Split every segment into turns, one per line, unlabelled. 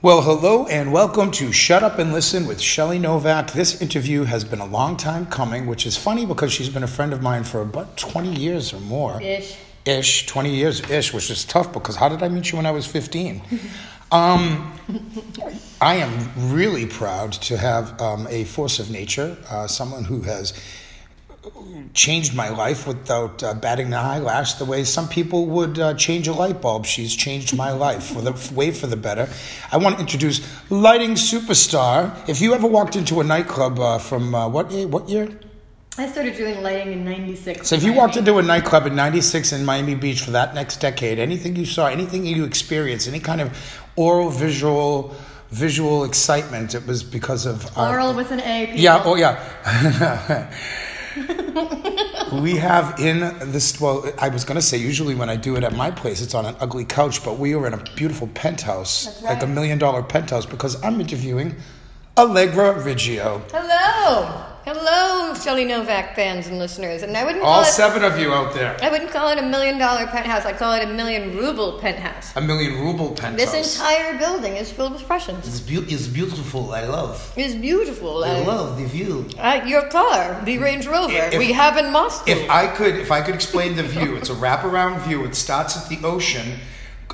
Well, hello and welcome to Shut Up and Listen with Shelly Novak. This interview has been a long time coming, which is funny because she's been a friend of mine for about 20 years or more.
Ish.
Ish, 20 years ish, which is tough because how did I meet you when I was 15? um, I am really proud to have um, a force of nature, uh, someone who has changed my life without uh, batting an eyelash the way some people would uh, change a light bulb. She's changed my life for the way for the better. I want to introduce lighting superstar. If you ever walked into a nightclub uh, from uh, what year, what year?
I started doing lighting in 96.
So if you walked into a nightclub in 96 in Miami Beach for that next decade, anything you saw, anything you experienced, any kind of oral visual visual excitement, it was because of our
Oral with an A. People.
yeah, oh yeah. we have in this. Well, I was gonna say usually when I do it at my place, it's on an ugly couch, but we were in a beautiful penthouse,
That's
like a
right.
million dollar penthouse, because I'm interviewing Allegra Riggio.
Hello. Hello, Shelly Novak fans and listeners. And I wouldn't call
All
it.
seven of you out there,
I wouldn't call it a million dollar penthouse. I call it a million ruble penthouse.
a million ruble penthouse.
This entire building is filled with
Mm-hmm.
Prussians.
It's, beau- it's beautiful. I love.
It's beautiful.
I
I,
love the view.
I, your car, the Range Rover,
Mm-hmm. If-
we have in Moscow.
If I could, if I could explain the view, it's a wraparound view. It starts at the ocean,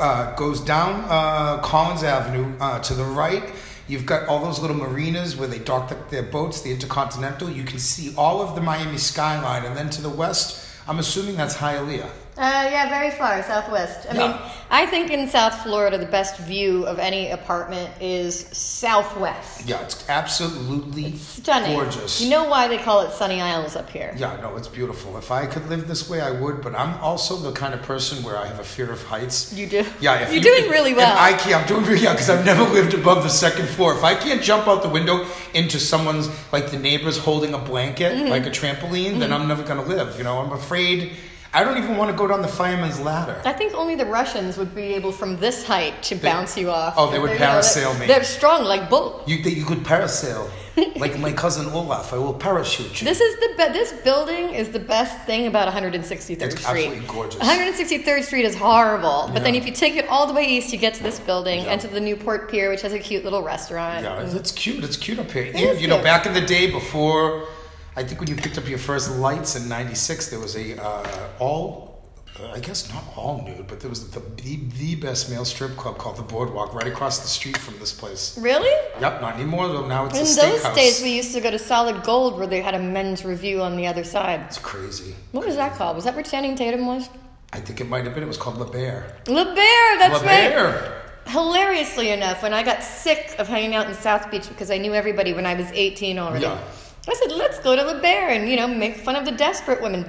uh, goes down uh, Collins Avenue uh, to the right. You've got all those little marinas where they dock the, their boats, the Intercontinental. You can see all of the Miami skyline, and then to the west, I'm assuming that's Hialeah.
Uh, yeah, very far southwest. I mean,
Yeah.
I think in South Florida, the best view of any apartment is southwest.
Yeah, it's absolutely
Stunning.
gorgeous.
You know why they call it Sunny Isles up here?
yeah, no, it's beautiful. If I could live this way, I would. But I'm also the kind of person where I have a fear of heights.
You do.
Yeah, if
you're
you-
doing really
if
well.
I can't. I'm doing really yeah because I've never lived above the second floor. If I can't jump out the window into someone's like the neighbor's holding a blanket
Mm-hmm.
like a trampoline, then I'm never gonna live. You know, I'm afraid. I don't even want to go down the fireman's ladder.
I think only the Russians would be able, from this height, to bounce you off.
Oh, they would
They're, you know,
parasail
they're-
me.
They're strong like bull.
You think you could parasail like my cousin Olaf? I will parachute you.
This is the be- this building is the best thing about 163rd
It's
Street.
absolutely gorgeous.
163rd Street is horrible, but then
Yeah.
if you take it all the way east, you get to this building
Yeah.
and to the Newport Pier, which has a cute little restaurant.
Yeah, it's- it's cute. It's cute up here.
Uh, is
Eve, you know,
cute.
back in the day before, I think when you picked up your first lights in '96, there was a uh, all, uh, I guess not all nude, but there was the, the the best male strip club called the Boardwalk right across the street from this place.
Really?
Yep, not anymore though. Now it's
In
a
those
steakhouse.
days, we used to go to Solid Gold where they had a men's review on the other side.
it's crazy.
What was that called? Was that where Channing Tatum was?
I think it might have been. It was called La Bear.
Le Bear, that's
La
right.
Bear.
Hilariously enough, when I got sick of hanging out in South Beach because I knew everybody when I was 18 already,
Yeah.
I said, let's go to Le Bear and, you know, make fun of the desperate women.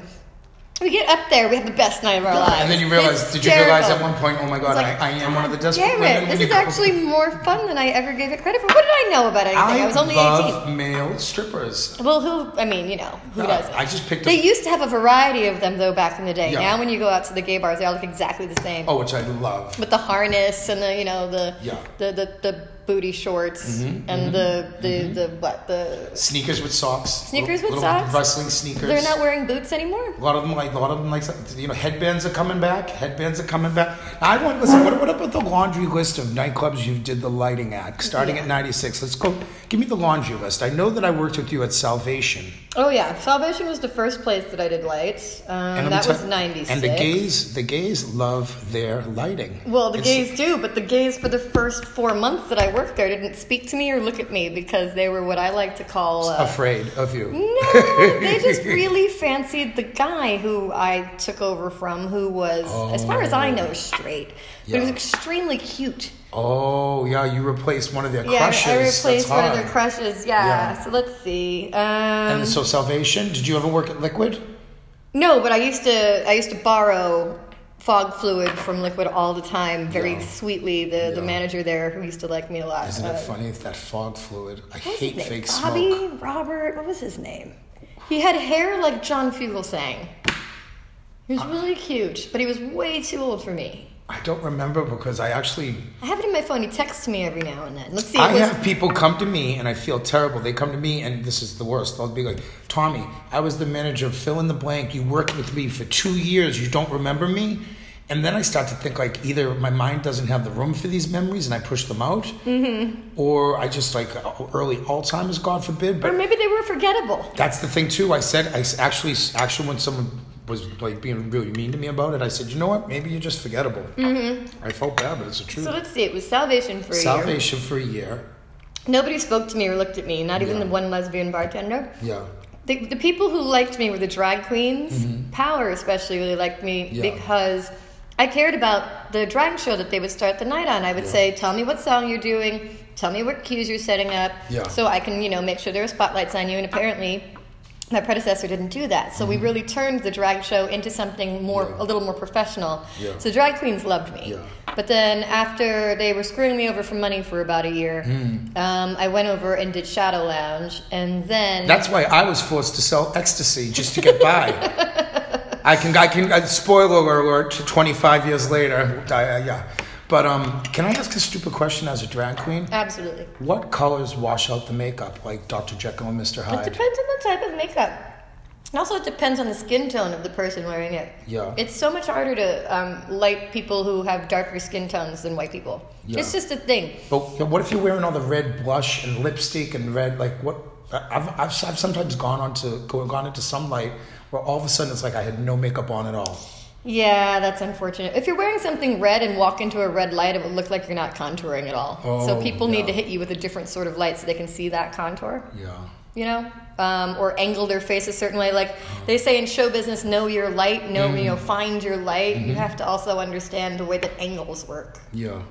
We get up there, we have the best night of our lives.
And then you realize, did you
Hysterical.
realize at one point, oh my god,
It's like,
I, I am one of the desperate
Damn
women?
it,
when
this
you
is
go-
actually more fun than I ever gave it credit for. What did I know about anything? I, was only 18.
love male strippers.
Well, who? I mean, you know, who
No,
does?
I just picked
They
up-
used to have a variety of them though back in the day.
Yeah.
Now, when you go out to the gay bars, they all look exactly the same.
Oh, which I love.
With the harness and the you know the
Yeah. Mm-hmm,
the, the the booty shorts and the the, the what the
Sneakers with socks.
Sneakers
Little-
with
little
socks?
Wrestling sneakers.
they're not wearing boots anymore.
a lot of them like a lot of them like you know headbands are coming back. Headbands are coming back. Now, I want listen. What, what about the laundry list of nightclubs you did the lighting at, starting at '96? Let's go. Give me the laundry list. I know that I worked with you at Salvation.
Oh yeah, Salvation was the first place that I did lights. Um,
I'm
that
tell-
was '96.
And the gays, the gays love their lighting.
Well, the
It's-
gays do, but the gays for the first four months that I worked there didn't speak to me or look at me because they were what I like to call uh,
afraid of you.
No, they just really fancied the guy who I took over from, who was, as far as I know, straight. But he
Oh.
was
Yeah.
extremely cute.
Oh yeah, you replaced one of their
Yeah,
crushes.
I
That's
replaced one of
hard.
their crushes. Yeah.
Yeah.
So let's see. Um,
And so Salvation. Did you ever work at Liquid?
no, but I used to I used to borrow fog fluid from Liquid all the time. Very
Yeah.
sweetly, the the manager there who used to like me a lot.
Isn't
uh,
it funny that fog fluid? I
what was his
hate
name?
fake
Bobby
smoke.
Robert. What was his name? He had hair like John Fugelsang. He
Ah.
was really cute, but he was way too old for me.
I don't remember because I actually
I have it in my phone. He texts me every now and then. Let's see. It
I
was,
have people come to me and I feel terrible. They come to me and this is the worst. They'll be like, Tommy, I was the manager of fill in the blank. You worked with me for two years. You don't remember me? And then I start to think like either my mind doesn't have the room for these memories and I push them out,
Mm-hmm.
or I just like early Alzheimer's, God forbid.
Or
But
maybe they were forgettable.
that's the thing too. I said I s- actually actually when someone was like being really mean to me about it, I said, you know what? Maybe you're just forgettable. I felt bad, but it's the truth.
Mm-hmm. So let's see, it was Salvation for a year.
Salvation for a year.
Nobody spoke to me or looked at me, not even
Yeah.
the one lesbian bartender.
Yeah.
The, the people who liked me were the drag queens. Power especially really liked me
Mm-hmm. Yeah.
because I cared about the drag show that they would start the night on. I would
Yeah.
say, "Tell me what song you're doing. Tell me what cues you're setting up,
Yeah.
so I can, you know, make sure there are spotlights on you." And apparently, my predecessor didn't do that, so we really turned the drag show into something more,
Mm-hmm. Yeah.
a little more professional.
Yeah.
So drag queens loved me.
Yeah.
But then after they were screwing me over for money for about a year,
Mm.
um, I went over and did Shadow Lounge, and then
That's why I was forced to sell ecstasy just to get by. I can, I can. Uh, spoiler alert! Twenty five years later, I, uh, yeah. But um, can I ask a stupid question as a drag queen?
absolutely.
What colors wash out the makeup, like Dr. Jekyll and Mr.
It
Hyde?
depends on the type of makeup. And also, it depends on the skin tone of the person wearing it.
Yeah.
It's so much harder to um, light people who have darker skin tones than white people.
Yeah.
It's just a thing.
But you know, what if you're wearing all the red blush and lipstick and red? Like what? I- I've, I've, I've sometimes gone onto gone into sunlight where all of a sudden it's like I had no makeup on at all.
Yeah, that's unfortunate. If you're wearing something red and walk into a red light, it would look like you're not contouring at all. so
Oh,
people need
yeah.
to hit you with a different sort of light so they can see that contour.
Yeah.
you know, um, or angle their face a certain way. Like
Oh.
they say in show business, know your light, know you
Mm.
know, find your light.
Mm-hmm.
You have to also understand the way that angles work.
Yeah.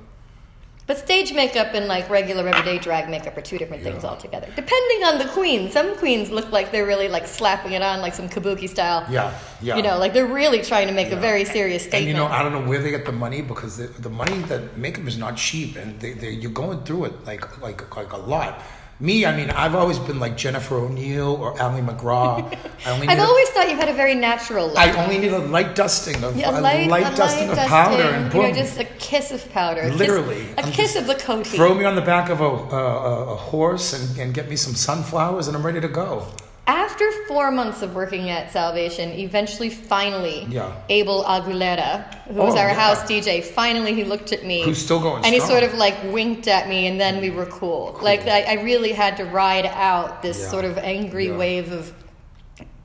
But stage makeup and like regular everyday drag makeup are two different things
Yeah.
altogether. Depending on the queen, some queens look like they're really like slapping it on like some kabuki style.
Yeah, yeah.
You know, like they're really trying to make a very serious
And
statement.
you know, I don't know where they get the money because the, the money that makeup is not cheap, and they, they, you're going through it like like like a lot. Me, I mean, I've always been like Jennifer O'Neill or Ally McGraw. I only
I've
need a-
always thought you had a very natural look.
I only need a light dusting of a
Yeah,
light, dusting of powder
dusting,
and boom,
You know, just a kiss of powder. a kiss-
Literally.
A
I'm
kiss of the coating.
throw me on the back of a, a, a horse and, and get me some sunflowers, and I'm ready to go.
After four months of working at Salvation, eventually, finally,
Yeah.
Abel Aguilera, who was
Oh,
our
yeah.
house DJ, finally he looked at me.
Who's still going
And he
strong.
sort of like winked at me, and then we were cool. Like, I, I really had to ride out this
Yeah.
sort of angry
Yeah.
wave of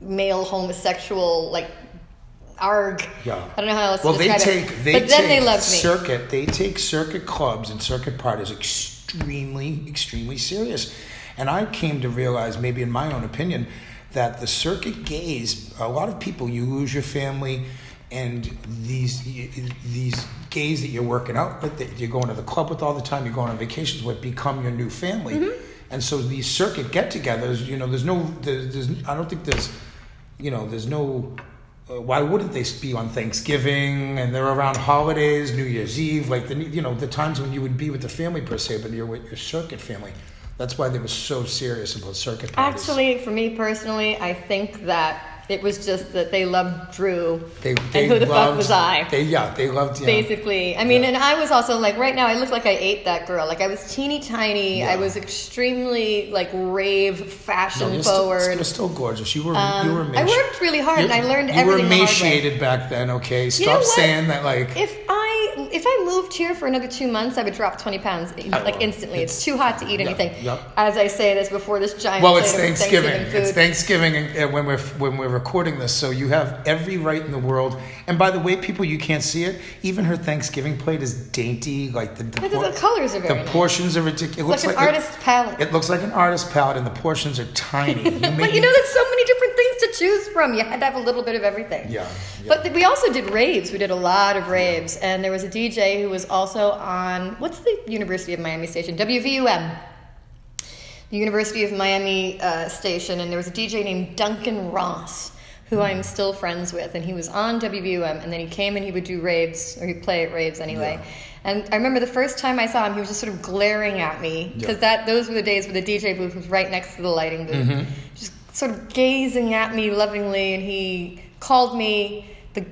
male homosexual, like, arg.
Yeah.
I don't know how else
Well,
to
they
describe
take
it.
they
but then
take
they loved me.
circuit. They take circuit clubs and circuit parties extremely extremely serious, and I came to realize, maybe in my own opinion, that the circuit gays, a lot of people, you lose your family, and these these gays that you're working out with, that you're going to the club with all the time, you're going on vacations with, become your new family. And so these circuit get-togethers, you know, there's no, there's, there's, I don't think there's, you know, there's no uh, why wouldn't they be on Thanksgiving and they're around holidays, New Year's Eve, like the you know the times when you would be with the family per se, but you're with your circuit family. That's why they were so serious about circuit parties.
Actually, for me personally, I think that it was just that they loved Drew.
they,
and who the fuck was I?
They, yeah, they loved. Yeah.
Basically, I mean,
Yeah.
and I was also like, right now, I look like I ate that girl. Like I was teeny tiny. I
Yeah.
was extremely like rave
No,
fashion
you're
forward. Um,
Still, you're still gorgeous. You were. you were.
I
emaci-
worked really hard,
you-
and I learned
you
everything.
were
the hard way.
emaciated back then. Okay, stop
know what?
saying that. Like
If I if I moved here for another two months, I would drop twenty pounds like
well,
instantly. It's,
it's-
too hot to eat
yeah,
anything.
yep.
As I say this before this giant.
Well, it's
plate of
Thanksgiving.
food.
It's Thanksgiving, and, and when we're when we're recording this, so you have every right in the world. And by the way, people, you can't see it. Even her Thanksgiving plate is dainty, like the the,
But the,
por-
the colors are
the
very. nice.
portions are ridiculous. It
like
looks
an
like
artist's palette.
It, it looks like an artist palette, and the portions are tiny. You
but
make-
you know, there's so many different things to choose from. You had to have a little bit of everything.
Yeah, yeah.
But th- we also did raves. We did a lot of raves, and there was a DJ who was also on what's the University of Miami station? WVUM. The University of Miami uh, station, and there was a DJ named Duncan Ross. Who I'm still friends with, and he was on WVUM, and then he came and he would do raves, or he'd play at raves anyway. And I remember the first time I saw him, he was just sort of glaring at me
Yeah.
because that those were the days where the DJ booth was right next to the lighting booth, just sort of gazing at me lovingly, and he called me the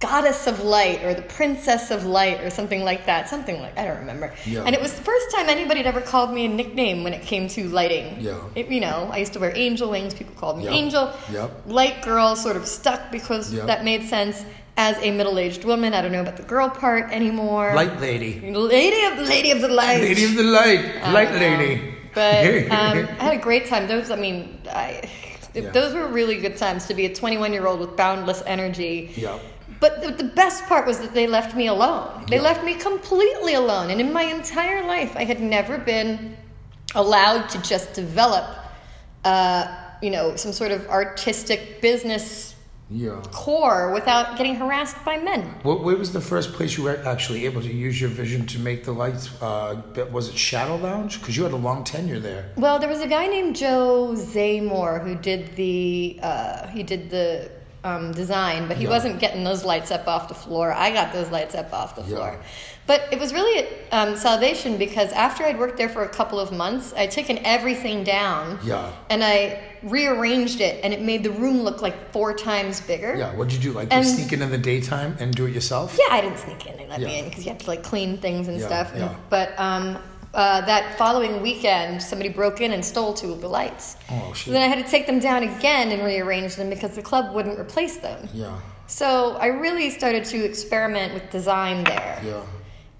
goddess of light or the princess of light or something like that, something like I don't remember.
Yeah.
And it was the first time anybody had ever called me a nickname when it came to lighting.
Yeah.
It- you know, I used to wear angel wings. People called me
Yep.
angel.
Yep.
Light girl sort of stuck because
Yep.
that made sense. as a middle-aged woman. I don't know about the girl part anymore.
Light lady.
lady of lady of the light.
Lady of the light.
I
Light
don't know.
lady.
Uh, But um, I had a great time. Those, I mean, I,
Yeah.
those were really good times to be a 21 year old with boundless energy.
Yeah.
But the, the best part was that they left me alone. They left me completely alone. And in my entire life, I had never been allowed to just develop, uh, you know, some sort of artistic business
Yeah.
core without getting harassed by men.
What, where was the first place you were actually able to use your vision to make the lights? Uh, that- was it Shadow Lounge? Because you had a long tenure there.
Well, there was a guy named Joe Zamor who did the uh, he did the um, design, but he
Yeah.
wasn't getting those lights up off the floor. I got those lights up off the
Yeah.
floor, but it was really um, salvation because after I'd worked there for a couple of months, I'd taken everything down
Yeah.
and I rearranged it, and it made the room look like four times bigger.
Yeah. What'd you do? Like
And-
you sneak in in the daytime and do it yourself?
Yeah, I didn't sneak in. They let me
Yeah.
in because you have to like clean things and
Yeah,
stuff.
yeah.
But um, uh, that following weekend, somebody broke in and stole two of the lights.
Oh,
so
shit.
then I had to take them down again and rearrange them because the club wouldn't replace them.
Yeah.
So I really started to experiment with design there.
Yeah.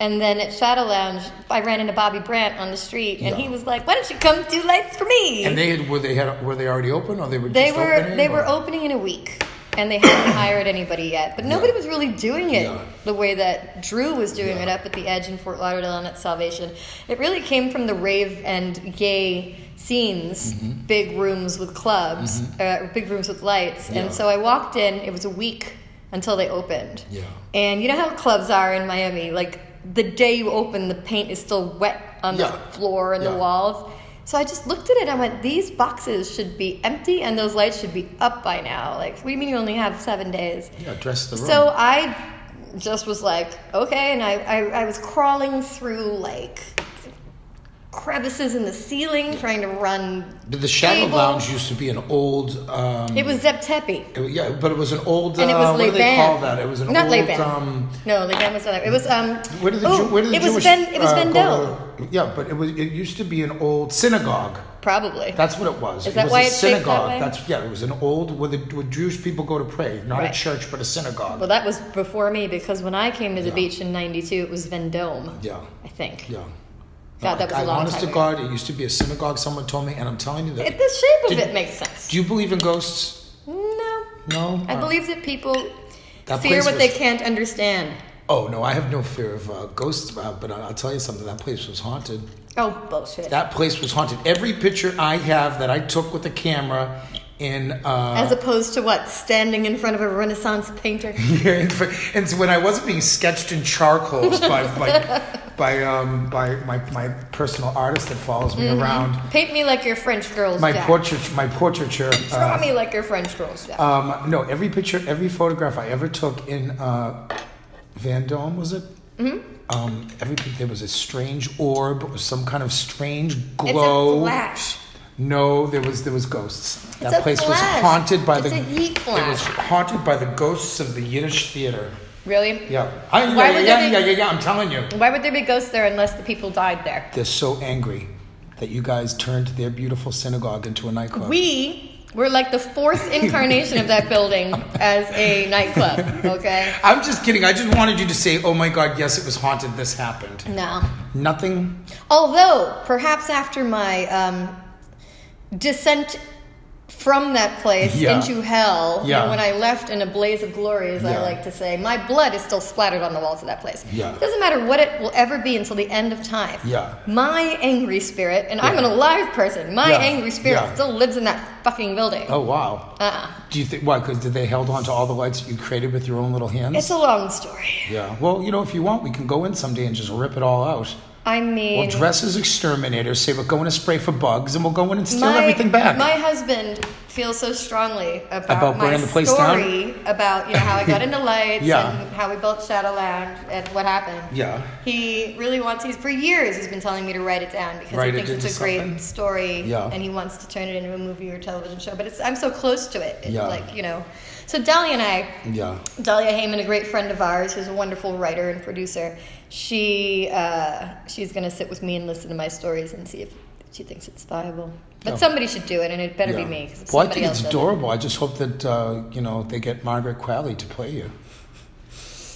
And then at Shadow Lounge, I ran into Bobby Brandt on the street, and
Yeah.
he was like, "Why don't you come do lights for me?"
And they had were they had were they already open or they were
They
just
were
opening,
they
or-
were opening in a week, and they hadn't hired anybody yet. But nobody was really doing it
Yeah.
the way that Drew was doing
Yeah.
it up at the Edge in Fort Lauderdale and at Salvation. It really came from the rave and gay scenes,
Mm-hmm.
big rooms with clubs, uh, big rooms with lights.
Yeah.
And so I walked in. It was a week until they opened.
Yeah.
And you know how clubs are in Miami, like. The day you open, the paint is still wet on
Yeah.
the floor and the
Yeah.
walls. So I just looked at it and I went, these boxes should be empty and those lights should be up by now. Like, what do you mean you only have seven days?
Yeah, dress the room.
So I just was like, okay. And I, I, I was crawling through like crevices in the ceiling trying to run.
But the Shadow
Table.
Lounge used to be an old. Um,
It was Zep Tepe.
it was- yeah, but it was an old.
And it
uh,
was
what do they
Leban.
call that? It was an
Not
old.
Leban.
Um,
No, Leban was not. It was um.
where did the,
ooh,
Jew- where did the
it was
Jewish?
Ben. It was
uh,
Vendel,
go to- yeah, but it was. It used to be an old synagogue.
probably.
That's what it was.
Is
it
that
was
why
a
it's shaped that
synagogue.
way?
That's yeah. It was an old where the where Jewish people go to pray, not
Right.
a church, but a synagogue.
well, that was before me because when I came to the
Yeah.
beach in '92, it was Vendome.
yeah,
I think.
yeah.
God, that was a
I,
long
honest
time
to
ago.
God, it used to be a synagogue. Someone told me, and I'm telling you that.
It, the shape of
Did-
it makes sense.
do you believe in ghosts?
no.
No.
I
Uh,
believe that people
That
fear
place
what they
was-
can't understand.
Oh no, I have no fear of uh, ghosts, uh, but I- I'll tell you something. That place was haunted.
Oh, bullshit.
That place was haunted. Every picture I have that I took with the camera in uh,
As opposed to what? Standing in front of a Renaissance painter?
and so when I wasn't being sketched in charcoals by by by, um, by my, my personal artist that follows me
Mm-hmm.
around.
Paint me like your French girls,
Um, My
Jack.
portrait, my portraiture.
Draw
Uh,
me like your French girls, Jack.
um, no, every picture, every photograph I ever took in uh, Vendome was it?
Mm-hmm.
Um, every there was a strange orb, or some kind of strange
it's
glow.
a flash.
No, there was there was ghosts.
It's
that
a
place
flash.
was haunted by
It's
the
a heat
It was
flash.
haunted by the ghosts of the Yiddish theater.
Really?
Yeah. I, yeah, yeah,
Why would
yeah,
they
yeah,
be-
yeah, yeah, I'm telling you.
Why would there be ghosts there unless the people died there?
They're so angry that you guys turned their beautiful synagogue into a nightclub.
We were like the fourth incarnation of that building as a nightclub, okay?
I'm just kidding. I just wanted you to say, "Oh my God, yes, it was haunted. This happened."
No.
Nothing.
Although, perhaps after my um, descent from that place
Yeah.
into hell,
Yeah.
and when I left in a blaze of glory, as I
Yeah.
like to say, my blood is still splattered on the walls of that place.
Yeah.
It doesn't matter what it will ever be until the end of time.
Yeah.
My angry spirit, and I'm an
Yeah.
alive person, my
Yeah.
angry spirit
Yeah.
still lives in that fucking building.
Oh wow.
Uh-uh.
Do you think why? Because did they held on to all the lights you created with your own little hands?
It's a long story.
yeah. Well, you know, if you want, we can go in someday and just rip it all out.
I mean,
We'll dress as exterminators, say we're going to spray for bugs, and we'll go in and steal
my,
everything back.
My husband feels so strongly about,
About
my
burning the place
story about you know how I got into lights
Yeah.
and how we built Shadow Lounge and what happened.
Yeah.
He really wants. He's for years. He's been telling me to write it down because
Write it
he thinks it's a
into something?
great story.
Yeah.
And he wants to turn it into a movie or television show. But it's I'm so close to it. It's
Yeah.
Like you know, so Dahlia and I
yeah.
Dahlia Heyman, a great friend of ours, who's a wonderful writer and producer, she uh, she's going to sit with me and listen to my stories and see if she thinks it's viable. But
Yeah.
somebody should do it, and it better
Oh. yeah.
be me. 'cause if
Well, I
somebody
think it's
else does it-
adorable. I just hope that uh, you know they get Margaret Qualley to play you.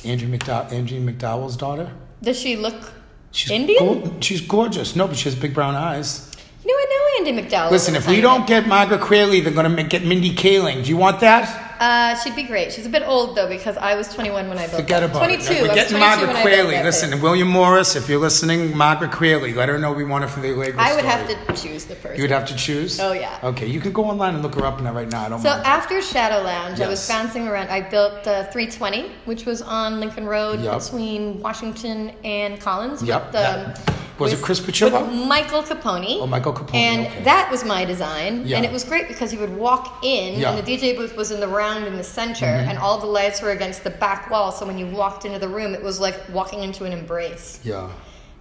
Andrew McDowell, Angie McDowell's daughter.
Does she look
She's
Indian?
gor- she's gorgeous. No, but she has big brown eyes.
You know, I know Andy McDowell.
Listen, if we don't get Margaret Qualley, they're going to get Mindy Kaling. Do you want that?
uh, she'd be great. She's a bit old though because I was 21 when I built.
Forget
that.
about
22.
it.
I
We're
was
getting
22
Margaret
when I built
Qualley.
that
Listen,
thing.
and William Morris, if you're listening, Margaret Qualley, let her know we want her for the Lego
I would
story.
have to choose the person.
You would have to choose?
Oh, yeah.
Okay, you can go online and look her up now, right now. I don't
So
mind.
after Shadow Lounge, I was
Yes.
bouncing around. I built uh, 320, which was on Lincoln Road
Yep.
between Washington and Collins.
Yep,
With,
that-
um,
was it
with-
Chris Pachulo?
With Michael Capone.
Oh, Michael Capone,
And
okay.
that was my design.
Yeah.
And it was great because he would walk in,
Yeah. Mm-hmm.
and the DJ booth was in the round in the center, and all the lights were against the back wall. So when you walked into the room, it was like walking into an embrace.
Yeah.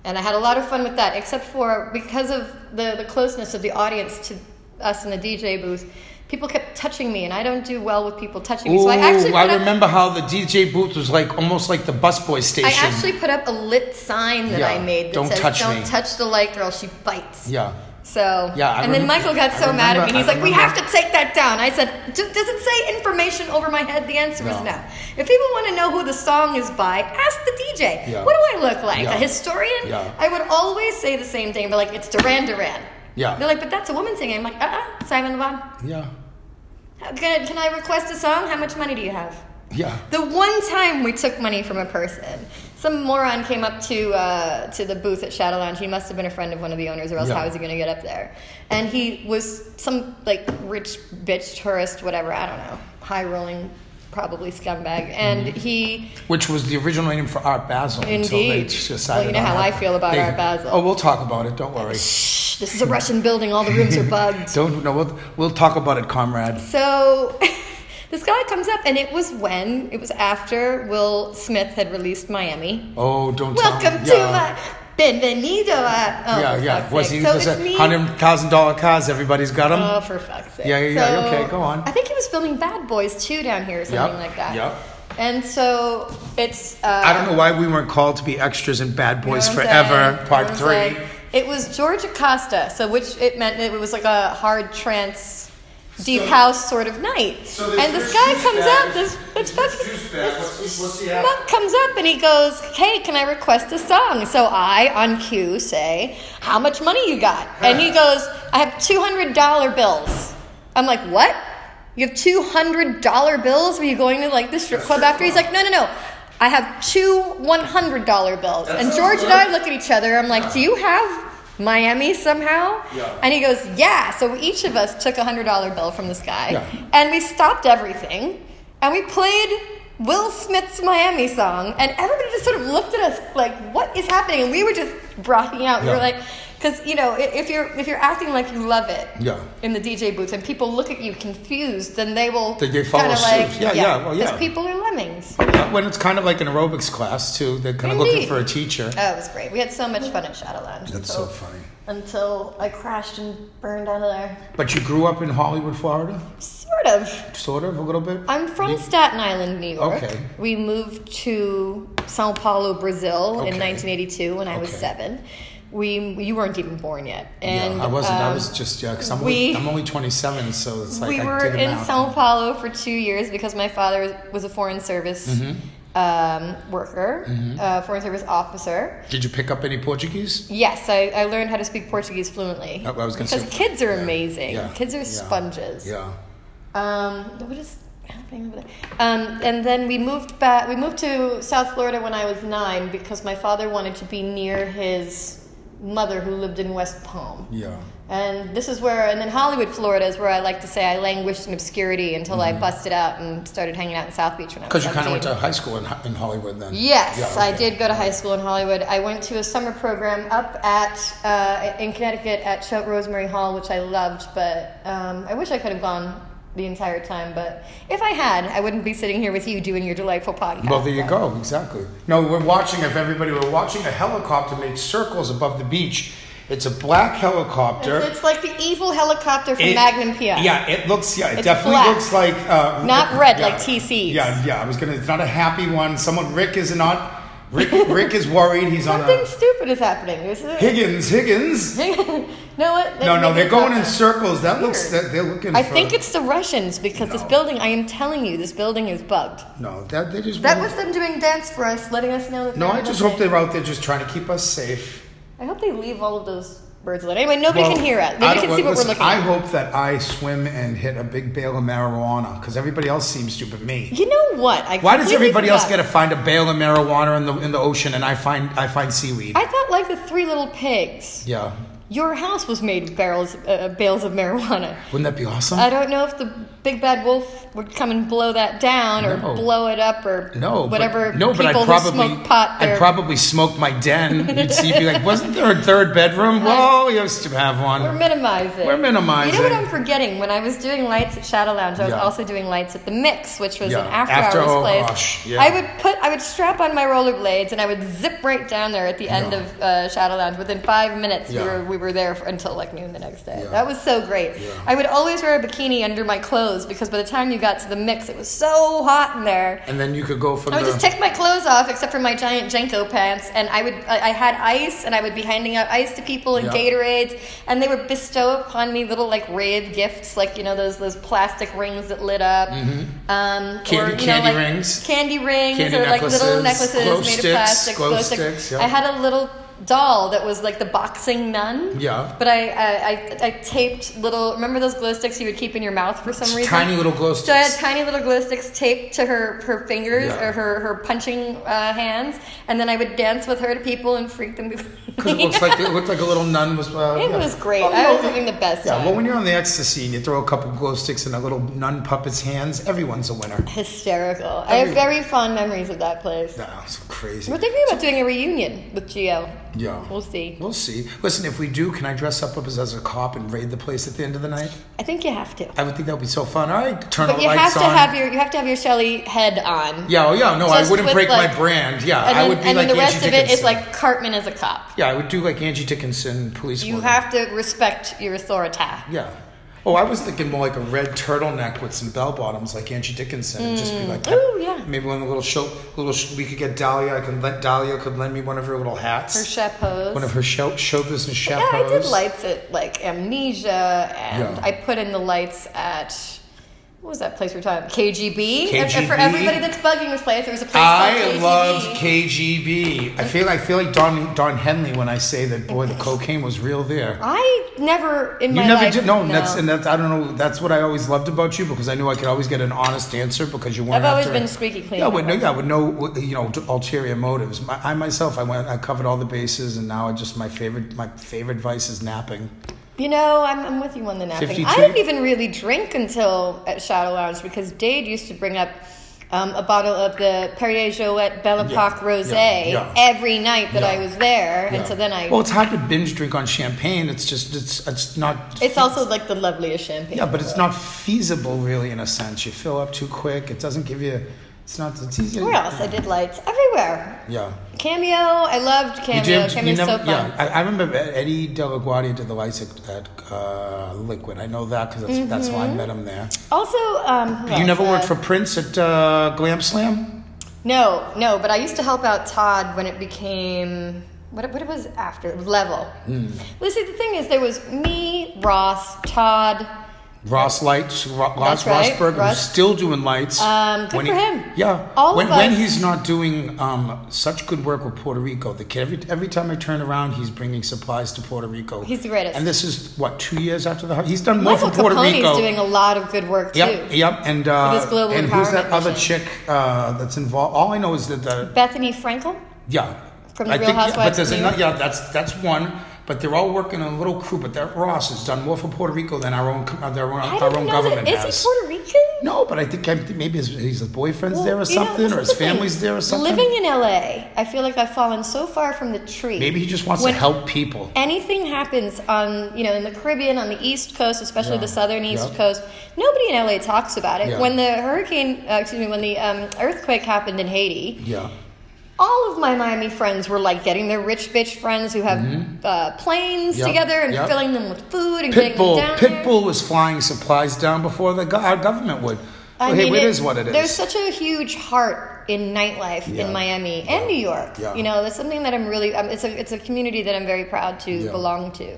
And I had a lot of fun with that, except for because of the, the closeness of the audience to us in the DJ booth, people kept touching me, and I don't do well with people touching me.
Ooh,
so I actually put
I
up,
remember how the DJ booth was like almost like the busboy station.
I actually put up a lit sign that I
Yeah,
made that
"Don't
says,
touch
Don't
me."
touch the light girl, she bites.
yeah.
So,
Yeah, I
and then
remem-
Michael got
I
so mad at
remember-
me. He's
I
like, "We have
remember-
to take that down." I said, "D- "Does it say information over my head?" The answer is
No.
no. If people want to know who the song is by, ask the DJ.
Yeah.
What do I look like?
Yeah.
A historian?
Yeah.
I would always say the same thing, but like, "It's Duran Duran."
Yeah.
They're like, "But that's a woman singing." I'm like, "Uh, uh Simon Le Bon.
Yeah.
How- Can, can I request a song? How much money do you have?"
Yeah.
The one time we took money from a person, some moron came up to uh, to the booth at Shadow Lounge. He must have been a friend of one of the owners, or else
Yeah.
how is he going to get up there? And he was some like rich bitch tourist, whatever. I don't know, high rolling, probably scumbag. And
Mm-hmm.
he
Which was the original name for Art Basel. Until they
Indeed. Well,
decided
you know
on
how I feel about
they-
Art Basel.
Oh, we'll talk about it. Don't worry.
shh, this is a Russian building. All the rooms are bugged.
Don't no. We'll, we'll talk about it, comrade.
So this guy comes up, and it was when it was after Will Smith had released Miami.
Oh, don't. tell
Welcome
me.
to my Benvenido. uh, Oh,
yeah,
for
yeah.
fuck's
Was
sake.
he
so
was
it's
a
me.
hundred thousand dollar cars? Everybody's got them.
Oh, for fuck's sake.
Yeah, yeah, yeah, okay, go on.
I think he was filming Bad Boys too down here or something
Yep,
like that.
yep.
And so it's. Uh,
I don't know why we weren't called to be extras in Bad
you know
Boys
what I'm
Forever
saying? You
Part
know
Three.
what I'm saying? It was George Acosta, so which it meant it was like a hard trance, deep house sort of night.
So there's
and this
your
guy
juice
comes
bag.
up, this this fucking
juice bag. What's the- what's the
schmuck comes up and he goes, "Hey, can I request a song?" So I, on cue, say, "How much money you got?" And he goes, "I have two hundred dollar bills." I'm like, "What? You have two hundred dollar bills? Were you going to like the strip club after?" He's like, "No, no, no." I have two $100 bills.
That
and
sounds
George and
good.
I look at each other. I'm like, do you have Miami somehow?
Yeah.
And he goes, yeah. So each of us took a $100 bill from this guy.
Yeah.
And we stopped everything. And we played Will Smith's Miami song. And everybody just sort of looked at us like, what is happening? And we were just rocking out. We
Yeah.
were like, because you know, i- if you're if you're acting like you love it
Yeah.
in the DJ booth, and people look at you confused, then they will
Then they follow
kinda
suit.
Like,
Yeah, yeah, well, yeah.
Because people are lemmings.
When it's kind of like an aerobics class too, they're kind of looking
Indeed.
for a teacher.
Oh, it was great. We had so much fun at Shadow Lounge.
That's so
until,
funny.
Until I crashed and burned out of there.
But you grew up in Hollywood, Florida,
Sort of.
sort of a little bit.
I'm from Staten Island, New York.
Okay.
We moved to Sao Paulo, Brazil in
Okay.
1982 when I was
Okay.
seven. We, you weren't even born yet. And,
yeah, I wasn't. I
um,
was just yeah, because I'm,
we-
only- I'm only 27, so it's like
we
I
were
did
in
math.
Sao Paulo for two years because my father was a foreign service
Mm-hmm.
um, worker, uh, foreign service officer.
Did you pick up any Portuguese?
Yes, I, I learned how to speak Portuguese fluently.
Oh, I was gonna
because
say-
kids are amazing.
Yeah.
Kids are
Yeah.
sponges.
Yeah.
Um, what is happening over there? Um, and then we moved back. We moved to South Florida when I was nine because my father wanted to be near his mother who lived in West Palm.
Yeah.
And this is where, and then Hollywood, Florida is where I like to say I languished in obscurity until I busted out and started hanging out in South Beach when I was
Mm-hmm. Because you kind of
17.
went to high school in, in Hollywood then.
Yes,
Yeah,
I
okay.
did go to high school in Hollywood. I went to a summer program up at uh, in Connecticut at Choate Rosemary Hall, which I loved. But um, I wish I could have gone the entire time. But if I had, I wouldn't be sitting here with you doing your delightful podcast.
Well, there you go. Exactly. No, we're watching. If everybody were watching a helicopter make circles above the beach, it's a black helicopter.
It's, it's like the evil helicopter from
It-
Magnum PI.
Yeah, it looks. Yeah, it
It's
definitely
black.
looks like uh,
Not red like
TC.
TCs.
Yeah, yeah. I was gonna. It's not a happy one. Someone Rick is not. Rick, Rick is worried. He's on
Something
a.
stupid is happening. Is it?
Higgins, Higgins.
no, what?
No, no, they're going in
in.
circles. That looks.
Weird.
That they're looking.
I
for,
think it's the Russians because this
No.
building. I am telling you, this building is bugged.
No, that they just.
That was them doing dance for us, letting us know that.
no,
they're
I just
listening.
hope they're out there just trying to keep us safe.
I hope they leave all of those birds alone. Anyway, nobody
Well,
can hear us.
I
Nobody
don't-
can see what
listen,
we're looking.
I
at.
hope that I swim and hit a big bale of marijuana because everybody else seems to, but me.
You know what? I
Why does
completely
everybody else
forgot.
get to find a bale of marijuana in the in the ocean and I find I find seaweed?
I thought like the Three Little Pigs.
yeah,
Your house was made of barrels, uh, bales of marijuana.
wouldn't that be awesome?
I don't know if the big bad wolf would come and blow that down or
No.
blow it up or
no, but-
whatever.
no, but
people
I probably
who smoke pot.
I
they're-
probably smoked my den. You'd see, be like, wasn't there a third bedroom? Well, you used to have one.
We're minimizing.
We're minimizing.
You know what I'm forgetting? When I was doing lights at Shadow Lounge, I was
Yeah.
also doing lights at the Mix, which was an
Yeah.
after,
After-
hours
oh,
place.
gosh, yeah.
I would put, I would strap on my rollerblades and I would zip right down there at the end
Yeah.
of uh, Shadow Lounge. Within five minutes, we
Yeah.
were we were there for, until like noon the next day.
Yeah.
That was so great.
Yeah.
I would always wear a bikini under my clothes because by the time you got to the Mix, it was so hot in there.
and then you could go from
I would
the
just take my clothes off, except for my giant Jenko pants, and I would. I I had ice, and I would be handing out ice to people and
Yeah.
Gatorades, and they would bestow upon me little like rave gifts, like you know those those plastic rings that lit up, um,
Mm-hmm. Candy-
you
candy rings.
candy rings,
Candy
or like
necklaces,
little necklaces
glow
made
sticks,
of plastic.
glow sticks, yeah.
I had a little doll that was like the boxing nun.
Yeah.
But I I, I, I taped little. Remember those glow sticks you would keep in your mouth for some reason?
tiny little glow
So I had
sticks.
tiny little glow sticks taped to her, her fingers
Yeah.
or her, her punching uh, hands, and then I would dance with her to people and freak them.
Because it looks like it looked like a little nun was. Uh,
It
yeah.
was great.
Oh,
I
no,
was having the best
Yeah,
time.
well, when you're on the ecstasy and you throw a couple glow sticks in a little nun puppet's hands, everyone's a winner.
Hysterical. I have very fond memories of that place.
That was crazy.
We're thinking about doing a reunion with Geo.
Yeah.
We'll see.
We'll see. Listen, if we do, can I dress up as, as a cop and raid the place at the end of the night?
I think you have to.
I would think that would be so fun. All right, turn all
But
the
you have
lights
to
on.
have your you have to have your Shelly head on.
yeah, oh, yeah, no, I
Just
wouldn't
with,
break
like-
my brand. Yeah,
And
I
then,
would be
and
like
then the rest
Angie
of it is
Dickinson.
like Cartman as a cop.
Yeah, I would do like Angie Dickinson, police
You
woman.
have to respect your authority.
Yeah. Oh, I was thinking more like a red turtleneck with some bell bottoms, like Angie Dickinson, and just be like,
Mm. Ooh, yeah.
Maybe one of the little show, little sh- we could get Dahlia. I can let Dahlia could lend me one of her little hats,
Her chapeaus.
one of her show, show business
Yeah,
chapeaus.
I did lights at like Amnesia, and
Yeah.
I put in the lights at what was that place we were talking? About? KGB. If- if For
KGB?
everybody that's bugging this place, there was a place
I
called KGB.
loved KGB. I feel I feel like Don Don Henley when I say that. Boy, the cocaine was real there.
I never in
You
my
never
life.
did. No, and that's and that's I don't know. That's what I always loved about you because I knew I could always get an honest answer because you weren't.
I've always
after-
been squeaky clean.
Yeah, with no, yeah, with no, you know, ulterior motives. My, I myself, I went, I covered all the bases, and now I just my favorite, my favorite vice is napping.
You know, I'm, I'm with you on the napping.
52?
I didn't even really drink until at Shadow Lounge because Dade used to bring up um, a bottle of the Perrier Jouet Belle Epoque
yeah,
Rosé
yeah.
every night that
Yeah.
I was there,
Yeah.
and so then I.
Well, it's hard to binge drink on champagne. It's just, it's, it's not.
it's also like the loveliest champagne.
Yeah, but it's not feasible, really, in a sense. You fill up too quick. It doesn't give you. It's not. It's easier.
Where else? I did lights everywhere.
Yeah.
Cameo, I loved
You
Cameo.
did- you
Cameo's so fun.
yeah, I, I remember Eddie DeLaGuardia did the lights at, at uh, Liquid. I know that because that's, that's why
Mm-hmm.
I met him there.
Also, um, who
you
else?
never worked for
Uh,
Prince at uh, Glam Slam?
No, no, but I used to help out Todd when it became what it, what it was after it was Level.
Hmm.
Well, see, the thing is, there was me, Ross, Todd.
Ross Lights, Ro- Ross
right,
Rosberg,
Ross.
who's still doing lights.
Um, good
When
for
he-
him.
Yeah.
All
when,
of
when
us-
he's not doing um, such good work with Puerto Rico, the kid, every, every time I turn around, he's bringing supplies to Puerto Rico.
He's the greatest.
And this is, what, two years after the... He's done more
Michael
for Puerto
Capone's
Rico.
doing a lot of good work
Yep,
too.
yep, and uh,
With his global
and who's that
empowerment
other
mission.
chick uh, that's involved? All I know is that the
Bethany Frankel.
yeah,
From the
I
Real
think, yeah,
Housewives
but there's
of New
another, yeah, that's that's one. But they're all working in a little crew. But that Ross has done more for Puerto Rico than our own co- uh, their own
I
our
don't
own
know
government
that, is
has.
he Puerto Rican?
No, but I think I think maybe his, his boyfriend's there or
Well, you know,
something,
this
or his
is the thing.
family's there or something.
Living in LA, I feel like I've fallen so far from the tree.
maybe he just wants
When
to help people.
anything happens on you know in the caribbean on the east coast especially
Yeah.
the southern east
Yeah.
coast nobody in la talks about it
Yeah.
when the hurricane uh, excuse me when the um, earthquake happened in haiti
Yeah,
all of my miami friends were like getting their rich bitch friends who have uh, planes
Mm-hmm. Yep.
together and
Yep.
filling them with food and getting them
Pitbull.
down there.
Pitbull was flying supplies down before the go- our government would.
I
hey,
mean,
it is what it is.
There's such a huge heart in nightlife
Yeah.
in Miami and New York.
Yeah.
You know, that's something that I'm really. Um, it's a it's a community that I'm very proud to
Yeah.
belong to.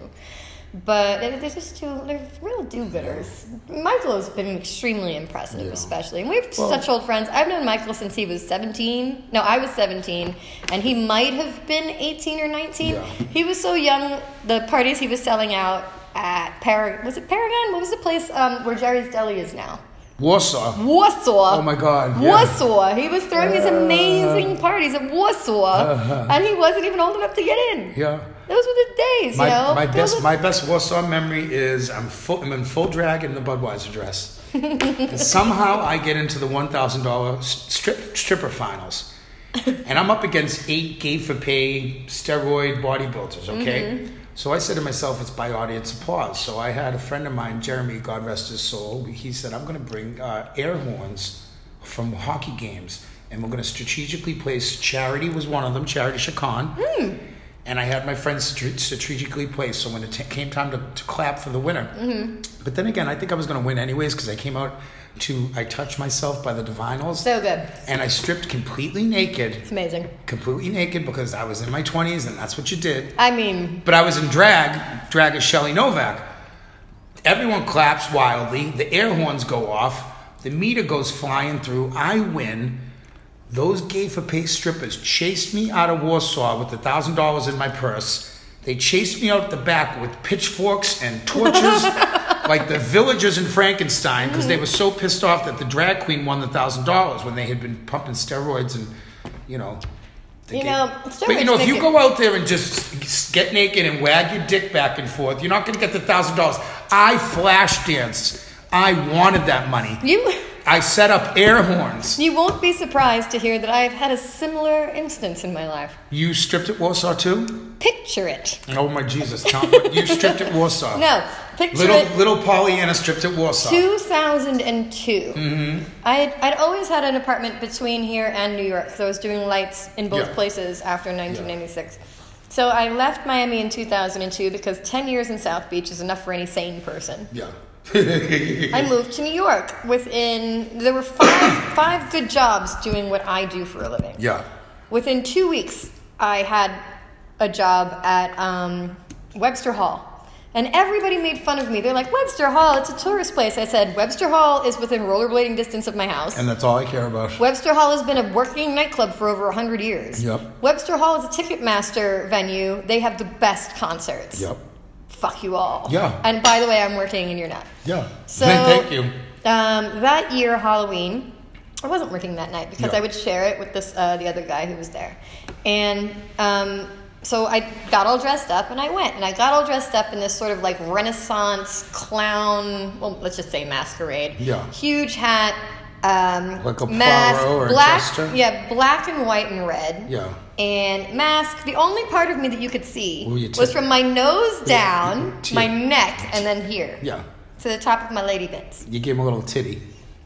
But they're they're just too, they're real do-gooders. Michael's been extremely impressive,
Yeah.
especially. And we have such old friends. I've known Michael since he was 17. No, I was 17, and he might have been 18 or 19.
Yeah.
He was so young. The parties he was selling out at Paragon was it Paragon? What was the place um, where Jerry's Deli is now?
Warsaw.
Mm. Warsaw.
Oh my God, yeah.
Warsaw. He was throwing these amazing parties at Warsaw,
Uh-huh.
and he wasn't even old enough to get in.
Yeah.
Those were the days,
My,
you know.
my
Those
best
were-
my best Warsaw memory is I'm full I'm in full drag in the Budweiser dress. and somehow I get into the one thousand dollar strip stripper finals. And I'm up against eight gay for pay steroid bodybuilders, okay? So I said to myself, it's by audience applause. So I had a friend of mine, Jeremy, God rest his soul, he said, I'm going to bring uh, air horns from hockey games and we're going to strategically place Charity was one of them, Charity Chacon. And I had my friends strate- strategically placed. So when it t- came time to, to clap for the winner, but then again, I think I was going to win anyways because I came out to I touched myself by the Divinals,
so good.
and I stripped completely naked,
It's amazing.
completely naked because I was in my twenties and that's what you did.
I mean,
But I was in drag, drag as Shelly Novak. Everyone claps wildly. The air horns go off. The meter goes flying through. I win. Those gay for pay strippers chased me out of Warsaw with a thousand dollars in my purse. They chased me out the back with pitchforks and torches, like the villagers in Frankenstein, because
Mm.
they were so pissed off that the drag queen won the thousand dollars when they had been pumping steroids and, you know. they
You
gave-
know,
but you
steroids
know, if
make
you
it-
go out there and just get naked and wag your dick back and forth, you're not going to get the thousand dollars. I flash danced. I wanted that money.
you
I set up air horns.
you won't be surprised to hear that I've had a similar instance in my life.
You stripped at Warsaw too?
Picture it.
Oh my Jesus, Tom! you stripped at Warsaw.
No, picture
Little
it.
little Pollyanna stripped at Warsaw.
2002.
Mm-hmm.
I had, I'd always had an apartment between here and New York, so I was doing lights in both
Yeah.
places after 1996. So I left Miami in 2002 because 10 years in South Beach is enough for any sane person.
Yeah.
I moved to New York. Within there were five five good jobs doing what I do for a living.
Yeah.
Within two weeks, I had a job at um, Webster Hall. And everybody made fun of me. They're like, Webster Hall, it's a tourist place. I said, Webster Hall is within rollerblading distance of my house.
And that's all I care about.
Webster Hall has been a working nightclub for over 100 years.
Yep.
Webster Hall is a Ticketmaster venue. They have the best concerts.
Yep.
Fuck you all.
Yeah.
And by the way, I'm working and you're not.
Yeah.
So
Thank you.
Um, that year Halloween, I wasn't working that night because
Yeah.
I would share it with this uh, the other guy who was there, and um, so I got all dressed up and I went and I got all dressed up in this sort of like Renaissance clown, well let's just say masquerade,
Yeah.
huge hat, um,
Like a
mask,
Poirot or a
black,
jester?
yeah, black and white and red,
Yeah.
and mask. The only part of me that you could see
Were you
was
t-
from my nose down,
T-
my neck, and then here,
Yeah.
to the top of my lady bits.
You gave him a little titty.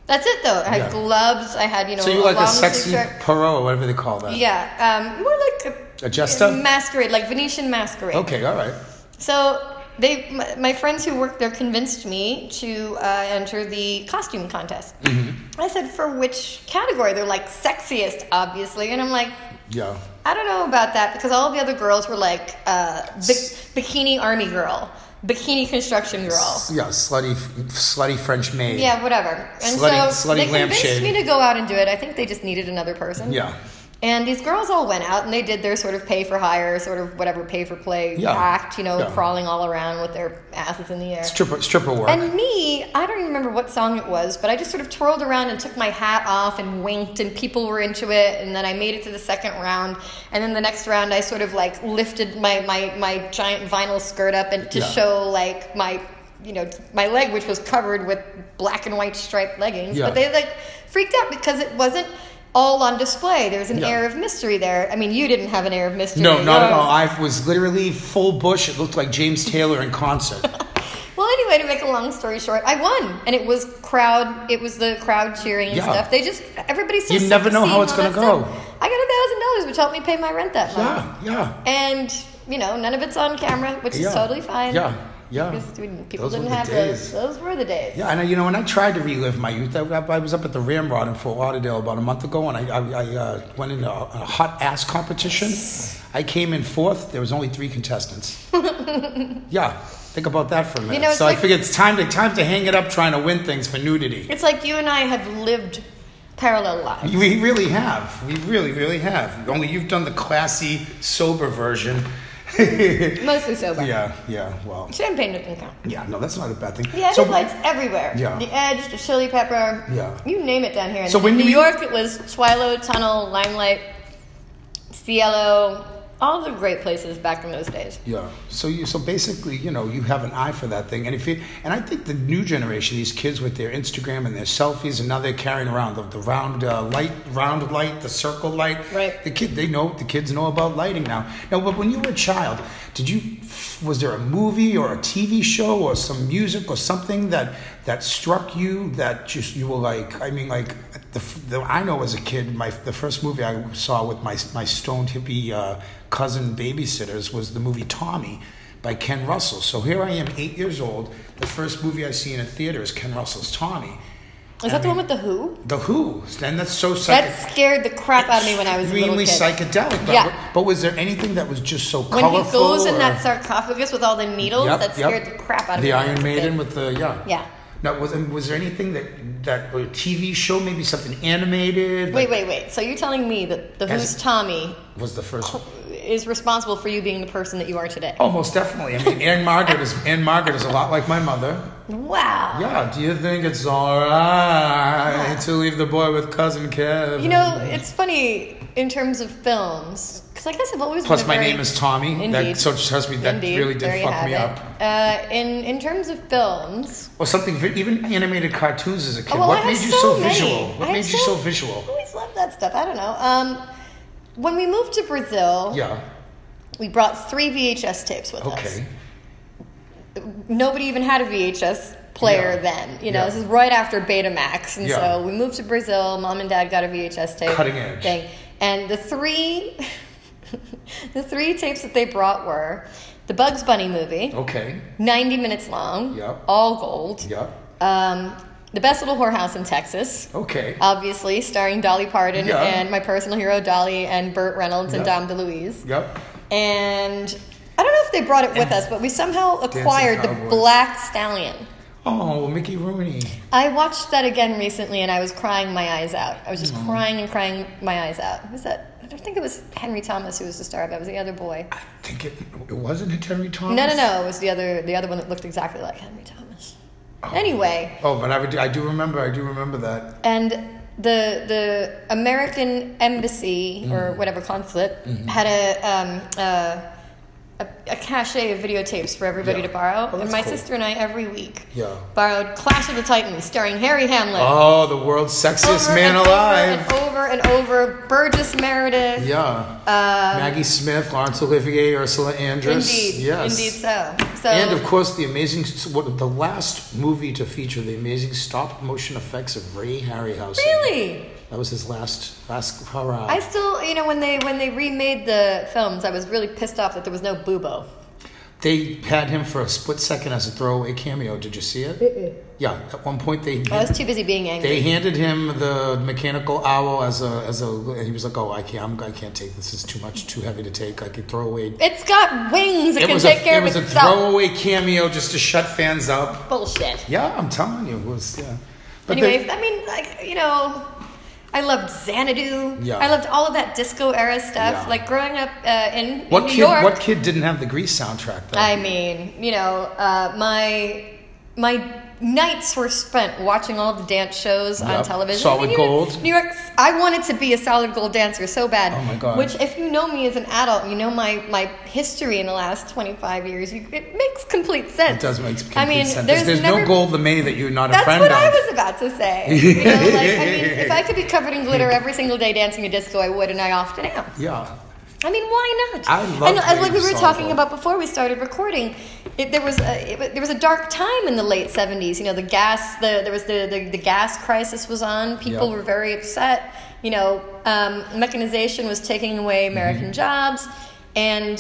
That's it though. I had
Yeah.
gloves. I had you know.
So you like a
long sleeve
sexy
shirt.
Perot or whatever they call that.
Yeah, um, more like
A jester?
masquerade, like Venetian masquerade.
Okay, all right.
So they, my, my friends who worked there, convinced me to uh, enter the costume contest.
Mm-hmm.
I said for which category? They're like sexiest, obviously, and I'm like.
Yeah.
I don't know about that because all the other girls were like uh, bi- bikini army girl, bikini construction girl.
Yeah, slutty slutty French maid.
Yeah, whatever. And
Slutty-
so
slutty
they convinced
lampshade.
me to go out and do it. I think they just needed another person.
Yeah.
And these girls all went out and they did their sort of pay for hire, sort of whatever pay for play
Yeah.
act, you know,
Yeah.
crawling all around with their asses in the air.
Stripper stripper work.
And me, I don't remember what song it was, but I just sort of twirled around and took my hat off and winked, and people were into it. And then I made it to the second round, and then the next round, I sort of like lifted my my, my giant vinyl skirt up and to
Yeah.
show like my you know my leg, which was covered with black and white striped leggings.
Yeah.
But they like freaked out because it wasn't. All on display. There was an
Yeah.
air of mystery there. I mean, you didn't have an air of mystery.
no, not at
Yours-
all. I was literally full bush. It looked like James Taylor in concert.
Well, anyway, to make a long story short, I won, and it was crowd. It was the crowd cheering and
Yeah.
stuff. They just everybody. So
You
sick
never
of
know how
seeing
it's
all
gonna
that stuff.
go.
I got a thousand dollars, which helped me pay my rent that month,
yeah, yeah.
and you know, none of it's on camera, which
Yeah.
is totally fine.
Yeah. Yeah.
Because when people
Those were
didn't
the
have
days.
those. Those were the days.
Yeah, and I, you know, when I tried to relive my youth, I, I was up at the Ramrod in Fort Lauderdale about a month ago, and I, I, I uh, went into a, a hot ass competition. I came in fourth. There was only three contestants. yeah, think about that for a minute.
know, it's
so
like-
I figured it's time to time to hang it up, trying to win things for nudity.
It's like you and I have lived parallel lives.
We really have. We really, really have. Only you've done the classy, sober version. yeah,
Mostly sober.
yeah. Well,
Champagne doesn't count.
yeah. No, that's not a bad thing.
The edge
so,
lights everywhere.
Yeah.
The edge, the chili pepper.
Yeah.
You name it down here. In
So when
New
you-
York, it was Twilo, Tunnel, Limelight, Cielo, all the great places back in those days.
Yeah. So you so basically, you know, you have an eye for that thing. And if you and I think the new generation, these kids with their Instagram and their selfies, and now they're carrying around the, the round uh, light, round light, the circle light.
Right.
The kid, they know the kids know about lighting now. Now, but when you were a child, did you was there a movie or a TV show or some music or something that that struck you that just you were like, I mean, like the, f- the I know as a kid, my the first movie I saw with my my stoned hippie uh, cousin babysitters was the movie Tommy. By Ken Russell. So here I am, eight years old. The first movie I see in a theater is Ken Russell's Tommy.
Is that the one with the Who?
The Who. And that's so psych-
That scared the crap out of me when I was a little
extremely
kid.
psychedelic. But,
Yeah.
but was there anything that was just so
when
colorful?
he goes in
or-
that sarcophagus with all the needles,
Yep,
that
yep.
scared the crap out of
the
me. when I was
Iron
a
Maiden
kid.
with the yeah.
Yeah.
Now was and was there anything that that or TV show maybe something animated? like,
Wait, wait, wait. So you're telling me that the
As-
Who's Tommy
Was the first one?
is responsible for you being the person that you are today?
Oh, most definitely. I mean, Anne Margaret is Anne Margaret is a lot like my mother.
Wow.
Yeah. Do you think it's all right to leave the boy with cousin Kev?
You know, it's funny in terms of films because I guess I've always
Plus,
been a
my
very-
name is Tommy. That
Indeed.
so trust me, that
Indeed.
really did
There you
fuck
have
me
it.
up.
Uh, in in terms of films,
Or something, vi- even animated cartoons as a kid.
Oh, well, I
what
have
made you
so
so,
many.
visual?
I
What
have
made you so
so-
visual?
I always loved that stuff. I don't know. Um, when we moved to Brazil,
Yeah.
we brought three VHS tapes with
Okay.
us. Nobody even had a VHS player
Yeah.
then. You know,
Yeah.
this is right after Betamax, and
Yeah.
so we moved to Brazil. Mom and Dad got a VHS tape,
Cutting edge.
thing, and the three, the three tapes that they brought were the Bugs Bunny movie.
Okay.
90 minutes long,
Yep.
all gold.
Yep.
Um, the Best Little Whorehouse in Texas,
Okay.
obviously, starring Dolly Parton
Yeah.
and my personal hero Dolly and Burt Reynolds and
Yep.
Dom DeLuise.
Yep.
And I don't know if they brought it with us, but we somehow acquired the
Cowboys.
Black Stallion.
Oh, Mickey Rooney.
I watched that again recently and I was crying my eyes out. I was just crying and crying my eyes out. Was that? I don't think it was Henry Thomas who was the star of it. It was the other boy.
I think it, it wasn't a Terry Thomas.
No, no, no. It was the other, the other one that looked exactly like Henry Thomas. Anyway,
Oh, but I, would, I do remember. I do remember that.
And the the American embassy
Mm-hmm.
or whatever consulate had a um, uh, a, a cache of videotapes for everybody
Yeah.
to borrow.
Oh,
and
that's
my
cool.
sister and I every week
Yeah.
borrowed Clash of the Titans starring Harry Hamlin.
Oh, the world's sexiest
Over
man
and
alive.
Over and over and over, Burgess Meredith.
yeah.
Uh,
Maggie Smith, Laurence Olivier, Ursula Andress.
indeed,
Yes.
indeed. So, so
And of course, the amazing, what, the last movie to feature the amazing stop motion effects of Ray Harryhausen.
really,
That was his last, last hurrah.
I still, you know, when they when they remade the films, I was really pissed off that there was no Bubo.
They had him for a split second as a throwaway cameo. Did you see it? Yeah, at one point they
I was too busy being angry.
they handed him the mechanical owl as a as a and he was like, "Oh, I can't I'm, I can't take this. This is too much, too heavy to take. I could throw away."
It's got wings. It,
It
can
was
take
a
care
it was
of
a
itself.
throwaway cameo just to shut fans up.
Bullshit.
Yeah, I'm telling you, it was yeah. But they-
Anyway, I mean, like you know, I loved Xanadu.
Yeah.
I loved all of that disco era stuff.
Yeah.
Like growing up uh, in, in
what
New
kid
York.
what kid didn't have the Grease soundtrack though?
I mean, you know, uh, my my nights were spent watching all the dance shows on
Yep.
television.
Solid
I mean, you
Gold.
Know, New York. I wanted to be a solid gold dancer so bad.
Oh my God.
Which, if you know me as an adult, you know my my history in the last twenty five years. You, it makes complete sense.
it does make complete
I mean,
sense.
There's,
There's, there's
never
no gold LeMay that you're not a
that's
friend
what
of.
I was about to say. You know, like, I mean, if I could be covered in glitter every single day dancing a disco, I would, and I often am.
yeah.
I mean, why not?
I love
and, and like we
Wave
were
Soul.
talking about before we started recording, it, there was a, it, wa- there was a dark time in the late seventies. You know, the gas the there was the the, the gas crisis was on. People
Yeah.
were very upset. You know, um, mechanization was
Mm-hmm.
taking away American jobs, and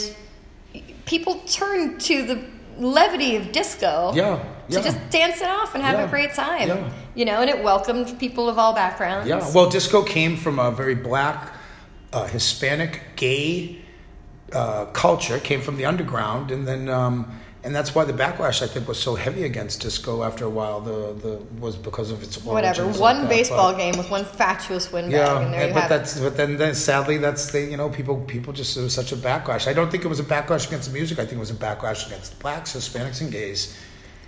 people turned to the levity of disco
Yeah,
to
yeah.
just dance it off and have
Yeah,
a great time.
yeah.
You know, and it welcomed people of all backgrounds.
Yeah.
Well, disco came from a very black, uh, Hispanic, gay uh, culture. It Came from the underground, and then um, and that's why the backlash I think was so heavy against disco after a while. The the was because of its origins
Whatever.
like
One
that,
baseball
but-
game with one fatuous windbag,
Yeah,
and there
and-
you
but
have it.
that's but then, then sadly that's the you know people people just there was such a backlash. I don't think it was a backlash against the music. I think it was a backlash against blacks, Hispanics, and gays,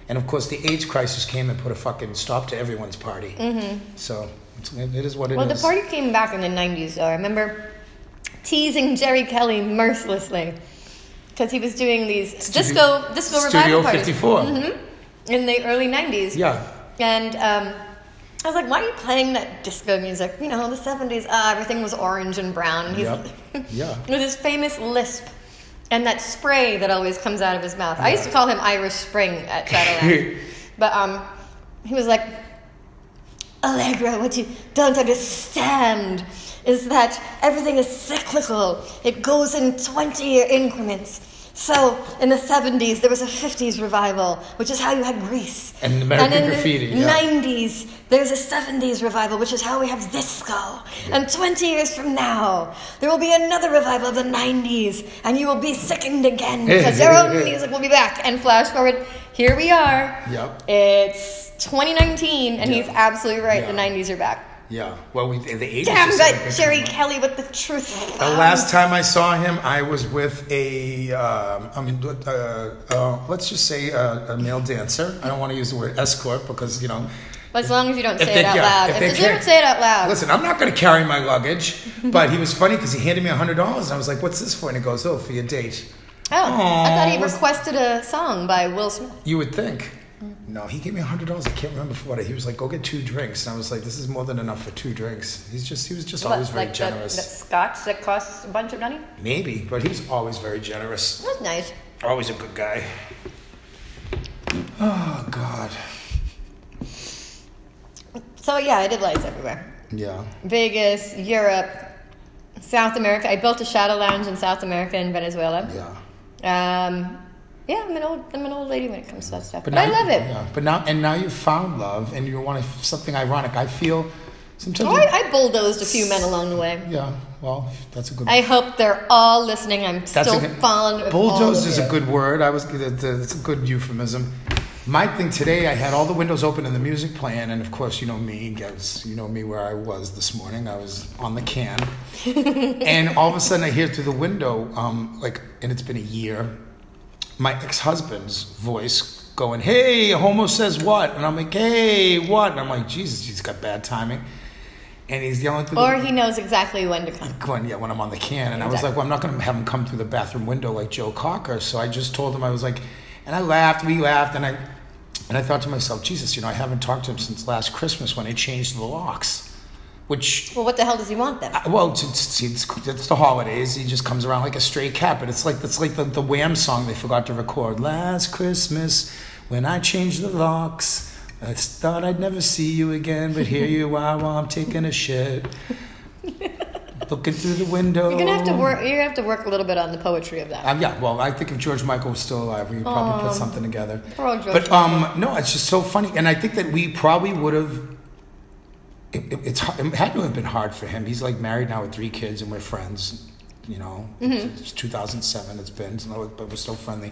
and of course the AIDS crisis came and put a fucking stop to everyone's party. Mm-hmm. So it's, it it is what it is.
Well, the party came back in the 90s, though. I remember teasing Jerry Kelly mercilessly because he was doing these disco, disco
Studio
revival parties Mm-hmm.
54.
in the early 90s.
Yeah.
And um, I was like, why are you playing that disco music? You know, the 70s, ah, everything was orange and brown. And he's
Yep. Yeah.
with his famous lisp and that spray that always comes out of his mouth. I used to call him Irish Spring at Shadowland. but um, he was like, Allegra, what you don't understand is that everything is cyclical. It goes in 20 year increments. So, in the 70s, there was a 50s revival, which is how you had Greece.
And American
in
Graffiti,
The
yeah.
90s, there's a 70s revival, which is how we have disco. And 20 years from now, there will be another revival of the 90s, and you will be sickened again because your own music will be back. And flash forward, here we are.
Yep.
It's 2019, and he's absolutely right. The
Yeah.
90s are back.
Yeah. Well, we, the eighties.
Damn that Jerry Kelly with the truth.
The last time I saw him, I was with a, um, I mean, uh, uh, let's just say a, a male dancer. I don't want to use the word escort because you know.
But as long as you don't
if
say
they-
it out
yeah,
loud.
if
If,
they
you don't
can't-
say it out loud.
Listen, I'm not going to carry my luggage, but he was funny because he handed me hundred dollars, and I was like, "What's this for?" And he goes, "Oh, for your date."
oh, I thought
Aw,
he
what's-
requested a song by Will Smith.
You would think.
Mm.
No, he gave me hundred dollars. I can't remember for what. He was like, "Go get two drinks," and I was like, "This is more than enough for two drinks." He's just, he was just always
What,
very
like the-
generous.
The, scotch that costs a bunch of money?
Maybe, but he was always very generous.
That's nice.
Always a good guy. Oh God.
So, yeah, I did lights everywhere.
Yeah.
Vegas, Europe, South America. I built a shadow lounge in South America and Venezuela.
Yeah.
Um, yeah, I'm an old I'm an old lady when it comes to that stuff. But,
now
I
you-
love it.
Yeah. But now and now you've found love and you want to, something ironic. I feel sometimes.
Oh, I, I bulldozed a few men along the way.
yeah. Well, that's a good.
I hope they're all listening. I'm
that's
still fond of
Bulldoze is
all
a
of you.
good word. I was. That's a that's a good euphemism. My thing today, I had all the windows open and the music playing, and of course, you know me, guys, you know me where I was this morning. I was on the can, and all of a sudden, I hear through the window, um, like, and it's been a year. My ex-husband's voice going, "Hey, a homo says what?" And I'm like, "Hey, what?" And I'm like, "Jesus, he's got bad timing," and he's yelling through.
Or
the-
he knows exactly when to come.
when yeah, when I'm on the can, and I was
Exactly.
like, well, I'm not going to have him come through the bathroom window like Joe Cocker. So I just told him I was like, and I laughed, we laughed, and I and I thought to myself, Jesus, you know, I haven't talked to him since last Christmas when I changed the locks, which.
Well, what the hell does he want then?
I- Well, it's, it's, it's, it's the holidays. He just comes around like a stray cat, but it's like it's like the, the Wham song they forgot to record. Last Christmas, when I changed the locks, I thought I'd never see you again, but here you are while I'm taking a shit, looking through the window.
You're gonna have to work. You're gonna have to work a little bit on the poetry of that.
Um, yeah, well, I think if George Michael was still alive, we would probably put something together.
poor old George
but um, no, it's just so funny, and I think that we probably would have. It, it, it's hard- it had to have been hard for him. He's like married now with three kids, and we're friends. You know,
Mm-hmm.
it's 2007. It's been, so- but we're still friendly.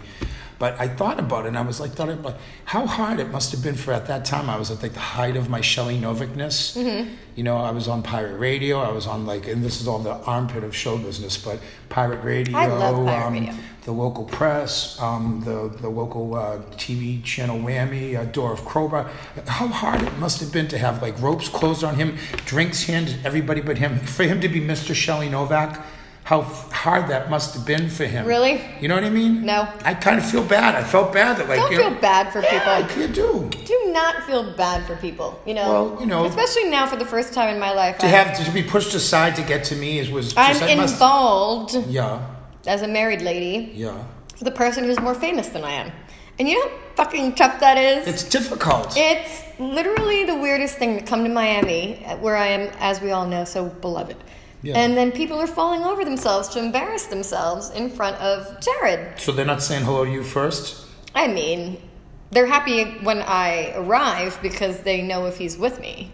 But I thought about it, and I was like, thought about how hard it must have been for at that time. I was at like the height of my Shelly Novikness.
Mm-hmm.
You know, I was on pirate radio. I was on like, and this is all the armpit of show business, but pirate radio.
I love pirate
um,
radio.
the local press, um, the, the local uh, TV channel Whammy, uh, Door of Crowbar. How hard it must have been to have like ropes closed on him, drinks handed to everybody but him. For him to be Mr. Shelley Novak, how f- hard that must have been for him.
Really?
You know what I mean?
No.
I kind of feel bad. I felt bad that like
Don't
you
feel
know,
bad for people.
I you do
Do not feel bad for people. You know.
Well, you know-
Especially now, for the first time in my life,
to
I-
have to be pushed aside to get to me is was
I'm
just, I must-
involved
Yeah,
as a married lady.
yeah.
The person who's more famous than I am, and you know how fucking tough that is.
It's difficult.
It's literally the weirdest thing to come to Miami, uh, where I am, as we all know, so beloved.
Yeah.
And then people are falling over themselves to embarrass themselves in front of Jared.
so they're not saying hello to you first.
I I mean, they're happy when I arrive because they know if he's with me.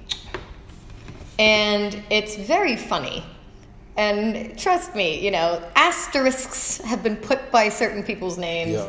And it's very funny. And trust me, you know, asterisks have been put by certain people's names.
Yeah.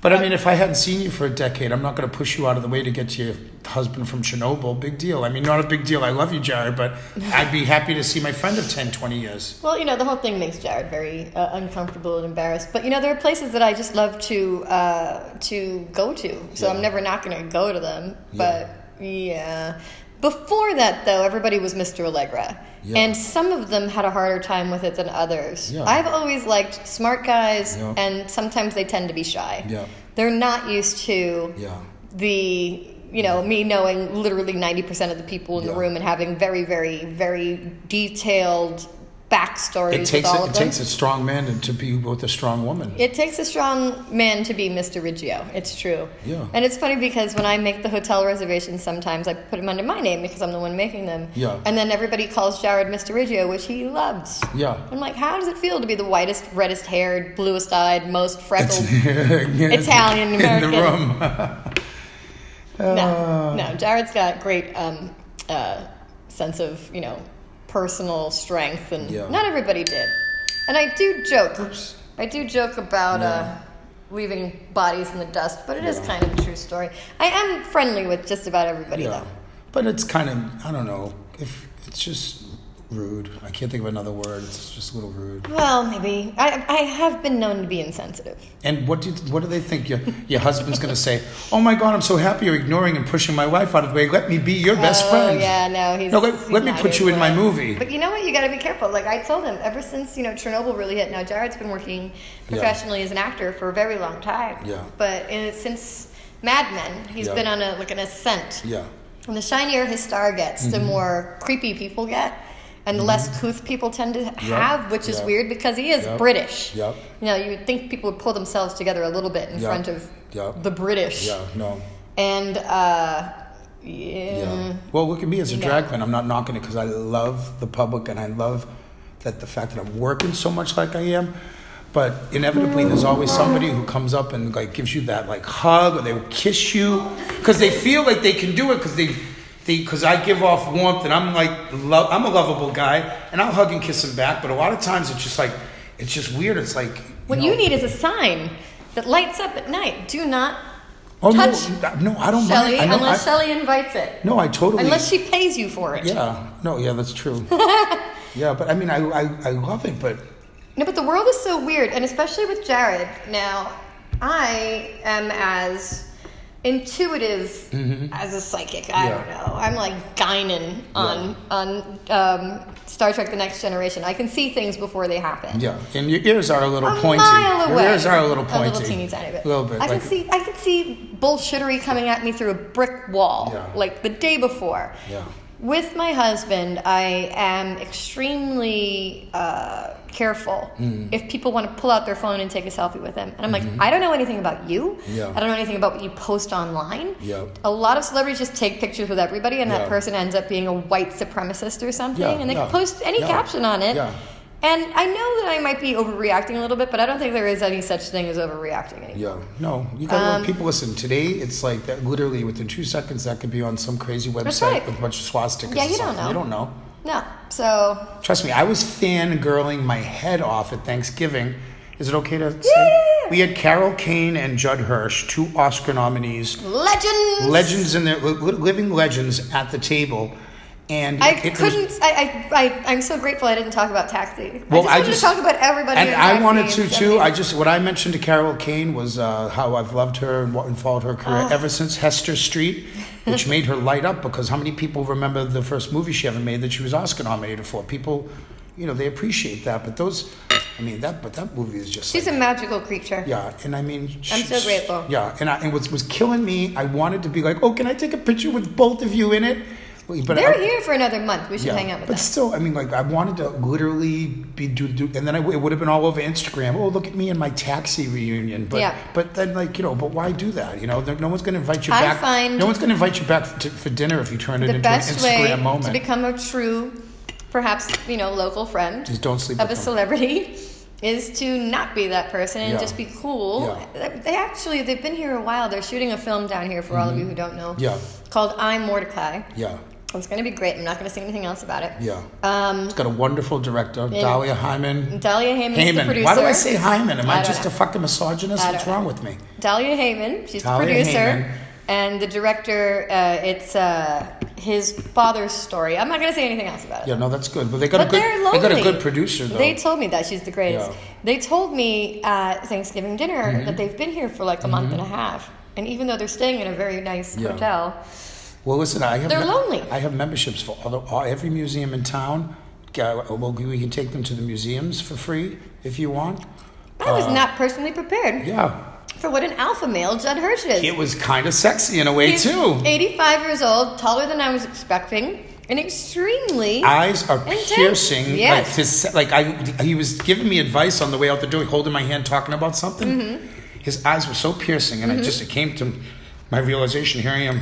But I mean, if I hadn't seen you for a decade, I'm not going to push you out of the way to get to your husband from Chernobyl. Big deal. I mean, not a big deal. I love you, Jared, but I'd be happy to see my friend of 10, 20 years.
Well, you know, the whole thing makes Jared very uh, uncomfortable and embarrassed. But you know, there are places that I just love to uh, to go to, so I'm never not going to go to them. But yeah, before that though, everybody was Mr. Allegra,
Yeah.
and some of them had a harder time with it than others.
Yeah.
I've always liked smart guys,
Yeah.
and sometimes they tend to be shy.
Yeah.
They're not used to
Yeah.
the you know me knowing literally 90% of the people in the
Yeah.
room and having very very very detailed backstories
It
with
takes
all
a,
of
it
them
takes a strong man to, to be with a strong woman.
it takes a strong man to be Mr. Riggio. It's true.
Yeah.
And it's funny because when I make the hotel reservations, sometimes I put them under my name because I'm the one making them.
Yeah.
And then everybody calls Jared Mr. Riggio, which he loves.
yeah.
I'm like, how does it feel to be the whitest, reddest haired, bluest eyed, most freckled?
Italian
American.
in the room. Uh.
no, no. Jared's got great um, uh, sense of you know personal strength, and
Yeah.
not everybody did. And I do joke.
Oops.
I do joke about uh, leaving bodies in the dust, but it is kind of a true story. I am friendly with just about everybody,
Yeah,
though.
but it's kind of I don't know if it's just rude. I can't think of another word. It's just a little rude.
Well, maybe I, I have been known to be insensitive.
And what do you, what do they think your your husband's going to say? Oh my God, I'm so happy you're ignoring and pushing my wife out of the way. Let me be your best
oh,
friend.
Yeah, no, he's
No, let-
he's
let me
not
put
here
you
for
in my
that.
movie.
But you know what? You got to be careful. Like I told him, ever since you know Chernobyl really hit. Now Jared's been working professionally as an actor for a very long time.
Yeah.
But in, since Mad Men, he's
Yeah.
been on a like an ascent.
Yeah.
And the shinier his star gets,
Mm-hmm.
the more creepy people get, and the less couth people tend to have, which is
Yeah.
weird because he is
Mm-hmm. Yep.
British.
Yep.
You know, you would think people would pull themselves together a little bit in
Yep.
front of
Yep.
the British.
Yeah. No.
And uh,
Yeah.
yeah.
Well, look at me as a
No.
drag queen. I'm not knocking it because I love the public and I love that the fact that I'm working so much like I am. But inevitably, there's always somebody who comes up and like gives you that like hug or they will kiss you because they feel like they can do it because they. Because I give off warmth and I'm like, lo- I'm a lovable guy and I'll hug and kiss him back. But a lot of times it's just like, it's just weird. It's like,
What
know-
you need is a sign that lights up at night. Do not
oh, no,
touch
no, I don't
Shelly
mind. I know,
unless
I,
Shelly invites it.
no, I totally.
Unless she pays you for it.
Yeah. No. Yeah, that's true. yeah, but I mean, I, I I love it, but
No, but the world is so weird, and especially with Jared. Now, I am as intuitive as a psychic.
Mm-hmm.
I
Yeah.
don't know. I'm like Guinan on on um, Star Trek: The Next Generation. I can see things before they happen.
yeah, and your ears are a little
a
pointy.
mile away.
Your ears are a little pointy.
A little teeny tiny bit.
A little bit.
I
like,
can see. I can see bullshittery coming at me through a brick wall,
Yeah.
like the day before.
Yeah.
With my husband, I am extremely uh, careful
Mm.
if people want to pull out their phone and take a selfie with him. And I'm like, I don't know anything about you.
Mm-hmm. Yeah.
I don't know anything about what you post online.
Yep.
A lot of celebrities just take pictures with everybody, and that
Yeah.
person ends up being a white supremacist or something,
Yeah,
and they can
yeah,
post any
yeah,
caption on it.
yeah.
And I know that I might be overreacting a little bit, but I don't think there is any such thing as overreacting anymore.
Yeah. No, you gotta
Um,
let people listen. Today, it's like that. Literally, within two seconds, that could be on some crazy website
right.
with a bunch of swastikas.
Yeah,
or
you don't
something.
know.
You don't know.
No. So,
Trust me, I was fangirling my head off at Thanksgiving. Is it okay to say?
yeah,
We had Carol Kane and Judd Hirsch, two Oscar nominees.
legends.
legends in their li- living legends at the table, and
I
it was-
couldn't. I, I, I, I'm so grateful I didn't talk about taxi.
Well,
I
I
just
just-
wanted to talk about everybody.
and
in
I
Taxi
wanted
and
to too.
somebody-
I just what I mentioned to Carol Kane was uh, how I've loved her and, wa- and followed her career
Ah.
ever since Hester Street, which made her light up because how many people remember the first movie she ever made that she was Oscar nominated for? People, you know, they appreciate that, but those, I mean, that but that movie is just
She's a magical creature.
Yeah, and I mean,
I'm so
she's-
grateful.
Yeah, and I, and what was killing me, I wanted to be like, oh, can I take a picture with both of you in it? But
They're
I-
here for another month. We should hang out with
but
them.
still, I mean, like I wanted to literally be do do, and then I, it would have been all over Instagram. Oh, look at me in my taxi reunion. But
Yeah.
but then like you know, but why do that? You know, there, no one's going to invite you
I
back.
find
no one's going to invite you back to, for dinner if you turn it
The
into an
best
Instagram
way
moment.
to become a true, perhaps you know, local friend
Just don't sleep
of a
with them.
celebrity is to not be that person and
Yeah.
just be cool. They actually they've been here a while. They're shooting a film down here for all
Mm-hmm.
of you who don't know.
Yeah.
Called I'm Mordecai.
Yeah.
It's going to be great. I'm not going to say anything else about it.
Yeah.
Um,
It's got a wonderful director, Dahlia Hyman.
Dahlia Heyman, is the
Hyman.
producer.
Why do I say Hyman? Am
I
I,
don't
just
know.
a fucking misogynist?
I
What's
don't
wrong with me?
Dahlia Heyman. She's
Dahlia
the producer.
Hayman.
And the director, uh, it's uh, his father's story. I'm not going to say anything else about it.
Yeah, no, that's good. But they got
But
a good.
they're lonely.
They got a good producer though.
They told me that she's the greatest.
Yeah. Mm-hmm.
They told me at Thanksgiving dinner that they've been here for like a month and a half, and even though they're staying in a very nice
Yeah.
hotel,
well, listen, I have.
They're lonely.
I have memberships for all the, all, every museum in town. Uh, Well, we can take them to the museums for free if you want.
I was not personally prepared
Uh, Yeah,
for what an alpha male Judd Hirsch is.
it was kind of sexy in a way
He's
too.
85 years old, taller than I was expecting, and extremely.
eyes are
Intense.
piercing.
Yes.
Like his, like I, he was giving me advice on the way out the door, holding my hand, talking about something.
Mm-hmm.
His eyes were so piercing, and I just it came to my realization. Here I am,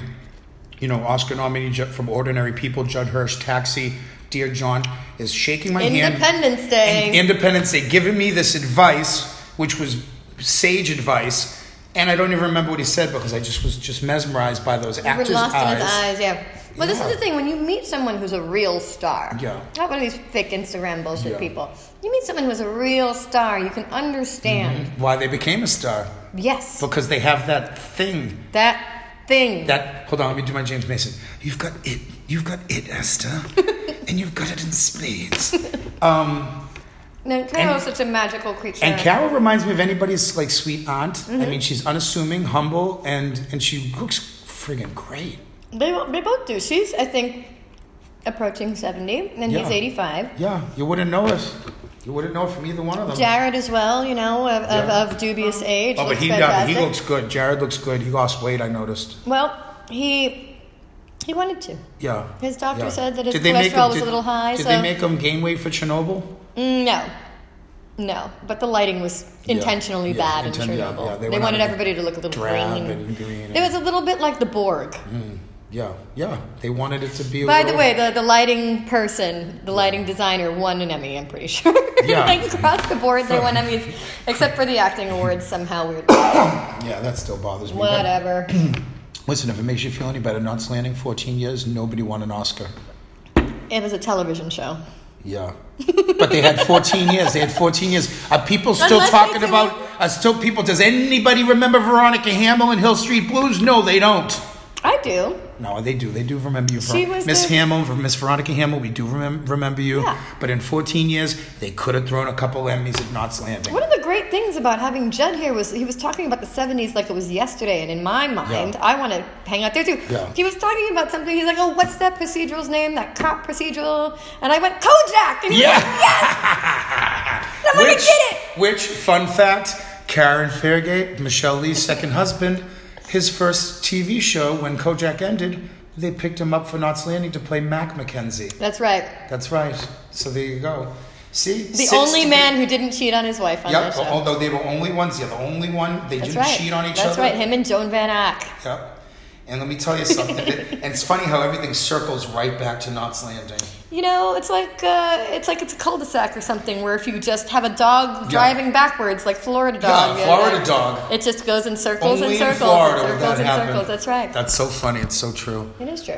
you know, Oscar nominee Ju- from Ordinary People, Judd Hirsch, Taxi, Dear John, is shaking my hand.
Independence Day.
And Independence Day, giving me this advice, which was sage advice. And I don't even remember what he said because I just was just mesmerized by those
You were
actors'
lost
eyes.
in his eyes, yeah. But this is
Yeah.
the thing when you meet someone who's a real star,
Yeah.
not one of these fake Instagram bullshit
Yeah.
people. You meet someone who's a real star, you can understand.
Why they became a star.
Yes,
Because they have that thing
that thing.
That hold on, let me do my James Mason. You've got it. You've got it, Esther, and you've got it in spades. Um,
no, Carol's such a magical creature.
and Carol reminds me of anybody's like sweet aunt.
Mm-hmm.
I mean, she's unassuming, humble, and and she looks friggin' great.
they, they both do. She's, I think, approaching 70, and he's
Yeah.
85.
Yeah, you wouldn't know it. You wouldn't know it from either one of them.
Jared as well, you know, of,
Yeah.
of, of dubious age.
oh, but
looks
he yeah,
fantastic.
he looks good. Jared looks good. He lost weight. I noticed.
well, he he wanted to.
Yeah.
His doctor
yeah.
said that his
Did they make
cholesterol
him-
was a
did-
little high,
Did
so-
they make him gain weight for Chernobyl?
No. No, but the lighting was intentionally
yeah,
bad
inten-
in
yeah,
Chernobyl.
yeah, they
they
went
wanted
out of
everybody to look a little
drab
green.
and Mm-hmm. green
It was a little bit like the Borg.
Yeah, yeah. They wanted it to be. a
By the
little-
way, the, the lighting person, the lighting designer, won an Emmy, I'm pretty sure.
Yeah.
like across the board, they won Emmys, except for the acting awards somehow weird.
Yeah, that still bothers me. but-
Whatever.
Listen, if it makes you feel any better, not slanting 14 years, nobody won an Oscar.
It was a television show.
Yeah. but they had 14 years. They had 14 years. Are people still
Unless they
talking
do-
about, are still people, does anybody remember Veronica Hamill and Hill Street Blues? No, they don't.
I do.
No, they do. They do remember you.
She
Ver-
was
Miss
the-
Hamill, Ver- Miss Veronica Hamill, we do remem- remember you.
Yeah.
But in 14 years, they could have thrown a couple Emmys at Knots Landing.
One of the great things about having Judd here was he was talking about the 70s like it was yesterday, and in my mind,
Yeah.
I want to hang out there too.
Yeah.
He was talking about something. He's like, "Oh, what's that procedural's name? That cop procedural?" And I went, "Kojak." And he was like, I'm gonna
which,
get it!
Which, fun fact, Karen Fairgate, Michelle Lee's second husband, his first TV show, when Kojak ended, they picked him up for Knots Landing to play Mac McKenzie.
That's right.
That's right. So there you go. See?
The only man who didn't cheat on his wife on
Yep,
that show.
although they were only ones, yeah, the only one, they
That's
didn't
right.
cheat on each
That's
other.
right. Him and Joan Van Ack.
Yep. And let me tell you something. that- and it's funny how everything circles right back to Knots Landing.
You know, it's like uh, it's like it's a cul-de-sac or something where if you just have a dog driving backwards, like Florida dog.
Yeah, Florida dog.
It just goes in circles
only
and circles
in Florida
and
would that
circles and
happen.
circles. That's right.
That's so funny. It's so true.
it is true.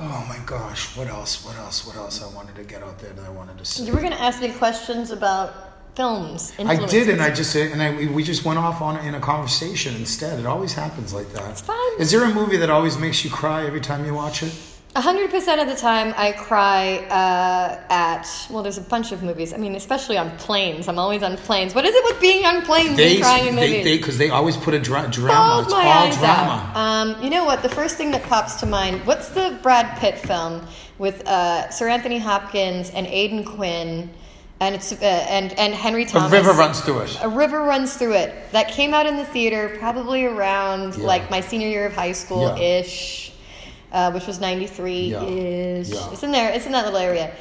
Oh my gosh, what else? What else? What else I wanted to get out there that I wanted to see?
You were going to ask me questions about films.
I did, and
influences.
I just and I we- we just went off on in a conversation instead. It always happens like that. It's
fine.
Is there a movie that always makes you cry every time you watch it?
A hundred percent of the time, I cry uh, at well. There's a bunch of movies. I mean, especially on planes. I'm always on planes. What is it with being on planes and crying in
they
movies?
they because they always put a dra- drama.
Bawled
It's
my
all
eyes
drama.
out. Um, you know what? The first thing that pops to mind. What's the Brad Pitt film with uh, Sir Anthony Hopkins and Aidan Quinn, and it's uh, and and Henry
A
Thomas?
river runs through it.
A River Runs Through It. That came out in the theater probably around
Yeah.
like my senior year of high school ish, uh, which was 93 ish.
Yeah.
It's in there, it's in that little area.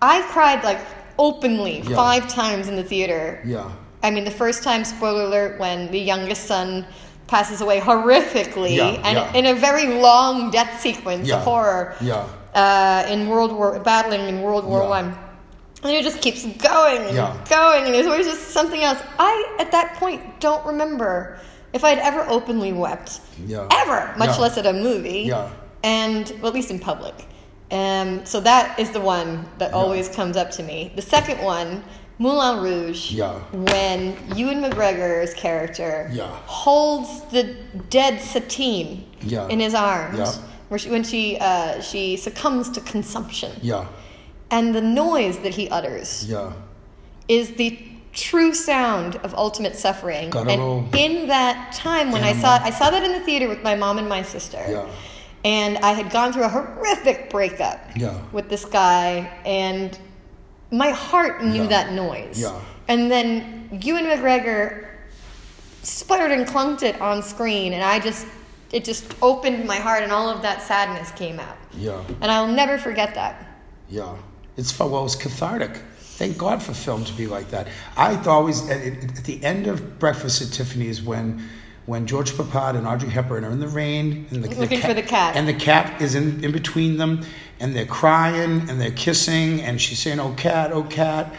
I cried like openly
Yeah.
five times in the theater.
Yeah.
I mean, the first time, spoiler alert, when the youngest son passes away horrifically
Yeah,
and
yeah.
in a very long death sequence
Yeah.
of horror
Yeah.
uh, in World War, battling in World War
Yeah.
One. And it just keeps going and
Yeah.
going, and there's always just something else. I, at that point, don't remember if I'd ever openly wept.
Yeah.
Ever, much
Yeah.
less at a movie.
Yeah.
And, well, at least in public. Um, so that is the one that always comes up to me. The second one, Moulin Rouge,
Yeah.
when Ewan McGregor's character
Yeah.
holds the dead Satine
Yeah.
in his arms.
Yeah.
Where she, when she uh, she succumbs to consumption,
Yeah.
and the noise that he utters
Yeah.
is the true sound of ultimate suffering.
Guttural.
And in that time when I saw it, I saw that in the theater with my mom and my sister.
Yeah.
And I had gone through a horrific breakup
Yeah.
with this guy, and my heart knew
Yeah.
that noise.
Yeah.
And then Ewan McGregor sputtered and clunked it on screen, and I just, it just opened my heart, and all of that sadness came out.
Yeah.
And I'll never forget that.
Yeah, it's fun. Well, it's cathartic. Thank God for film to be like that. I th- always at, at at the end of Breakfast at Tiffany's when when George Papad and Audrey Hepburn are in the rain and the,
Looking for the cat.
and the cat is in, in between them and they're crying and they're kissing and she's saying oh cat oh cat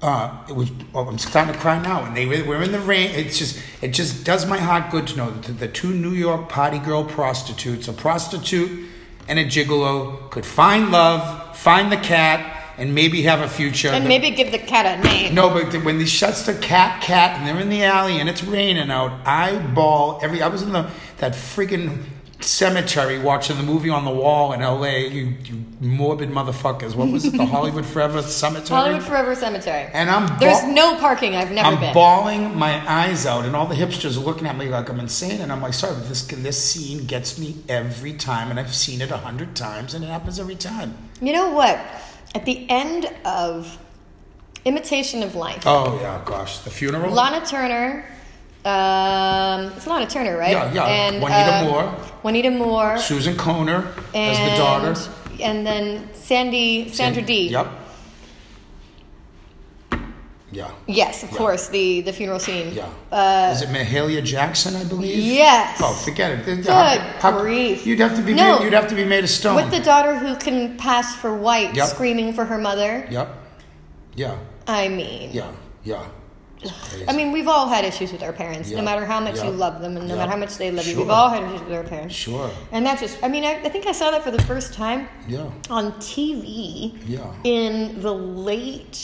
uh, it was oh, I'm starting to cry now and they were- we're in the rain it's just it just does my heart good to know that the, the two New York party girl prostitutes a prostitute and a gigolo could find love find the cat and maybe have a future
And maybe give the cat a name.
no, but the- when he shuts the cat, cat, and they're in the alley and it's raining out, I ball every. I was in the that friggin' cemetery watching the movie on the wall in L.A. You, you morbid motherfuckers. What was it? The Hollywood Forever Cemetery.
Hollywood Forever Cemetery.
And I'm
There's
ball-
no parking. I've never
I'm
been.
bawling my eyes out, and all the hipsters are looking at me like I'm insane. And I'm like, sorry, but this this scene gets me every time, and I've seen it a hundred times, and it happens every time.
you know what? At the end of Imitation of Life,
Oh yeah, gosh, the funeral.
Lana Turner. Um, it's Lana Turner, right?
Yeah, yeah.
And,
Juanita
uh,
Moore.
Juanita Moore.
Susan Conner
and,
as the daughter.
And then Sandy, Sandra D.
Yep. Yeah.
Yes, of
Yeah.
course. The the funeral scene.
Yeah.
Uh,
Is it Mahalia Jackson? I believe.
yes.
Oh, forget it. Good
grief.
You'd have to be
No.
made, you'd have to be made of stone.
With the daughter who can pass for white,
Yep.
screaming for her mother.
Yep. Yeah.
I mean.
Yeah. Yeah. It's
I
crazy.
mean, we've all had issues with our parents,
Yeah.
no matter how much
Yeah.
you love them and no
Yeah.
matter how much they love you. We've
Sure.
all had issues with our parents.
Sure.
And that just, I mean, I, I think I saw that for the first time
Yeah.
on TV
Yeah.
in the late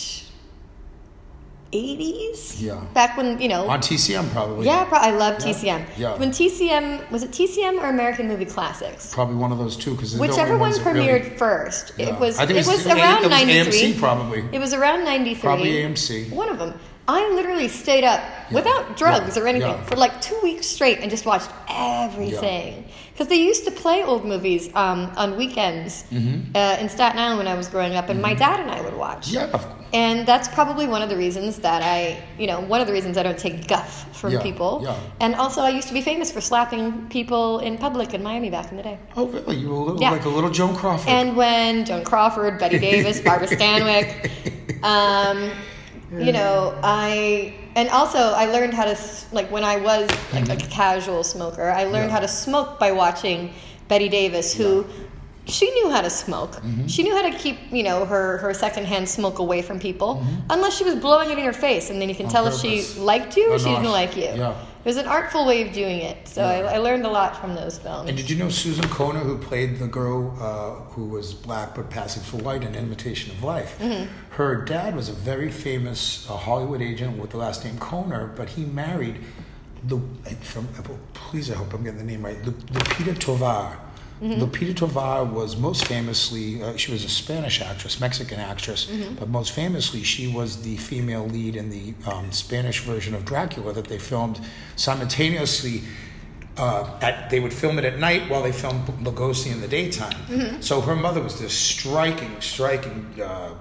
80s.
Yeah.
Back when, you know.
On TCM probably.
yeah, pro- I love TCM.
Yeah.
When TCM, was it TCM or American Movie Classics?
Probably one of those two because
Whichever one premiered first. It was, it was, around
it was
93.
AMC probably.
It was around 93.
Probably AMC.
One of them. I literally stayed up without drugs
Yeah.
or anything
Yeah.
for like two weeks straight and just watched everything. Because they used to play old movies um, on weekends uh, in Staten Island when I was growing up, and my dad and I would watch.
Mm-hmm. Yeah. Of course.
And that's probably one of the reasons that I, you know, one of the reasons I don't take guff from
Yeah.
people.
Yeah.
And also, I used to be famous for slapping people in public in Miami back in the day.
Oh really? You were a little,
Yeah.
like a little Joan Crawford.
And when Joan Crawford, Betty Davis, Barbara Stanwyck, um, you know, I and also I learned how to s- like when I was like a casual smoker, I learned
Mm-hmm. Yeah.
how to smoke by watching Betty Davis, who. She knew how to smoke.
Mm-hmm.
She knew how to keep, you know, her, her secondhand smoke away from people, unless she was blowing it in your face, and then you can tell if
Mm-hmm. purpose.
she liked you or,
Or
she didn't
not.
like you.
Yeah.
It was an artful way of doing it. So I, I learned a lot from those films.
And did you know Susan Kona, who played the girl uh, who was black but passing for white in Imitation of Life? Her dad was a very famous uh, Hollywood agent with the last name Kona, but he married the from. Please, I hope I'm getting the name right. Lu- Lupita Tovar. Lupita Tovar was most famously, uh, she was a Spanish actress, Mexican actress, but most famously, she was the female lead in the um, Spanish version of Dracula that they filmed simultaneously uh, at, they would film it at night while they filmed Lugosi in the daytime.
Mm-hmm.
So her mother was this striking, striking uh,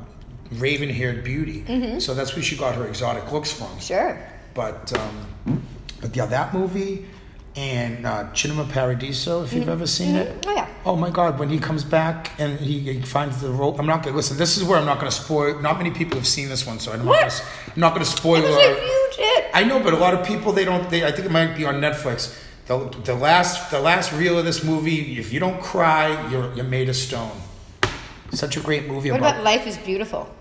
raven haired beauty.
Mm-hmm.
So that's where she got her exotic looks from.
sure.
But, um, but yeah, that movie and uh, Cinema Paradiso, if you've ever seen it.
Oh yeah.
Oh my God! When he comes back and he, he finds the role, I'm not gonna listen. This is where I'm not gonna spoil. Not many people have seen this one, so I'm not,
What?
gonna, s- I'm not gonna spoil.
It was
our-
a huge hit.
I know, but a lot of people they don't. They I think it might be on Netflix. The, the last the last reel of this movie. If you don't cry, you're you're made of stone. Such a great movie
What
about,
about Life is Beautiful?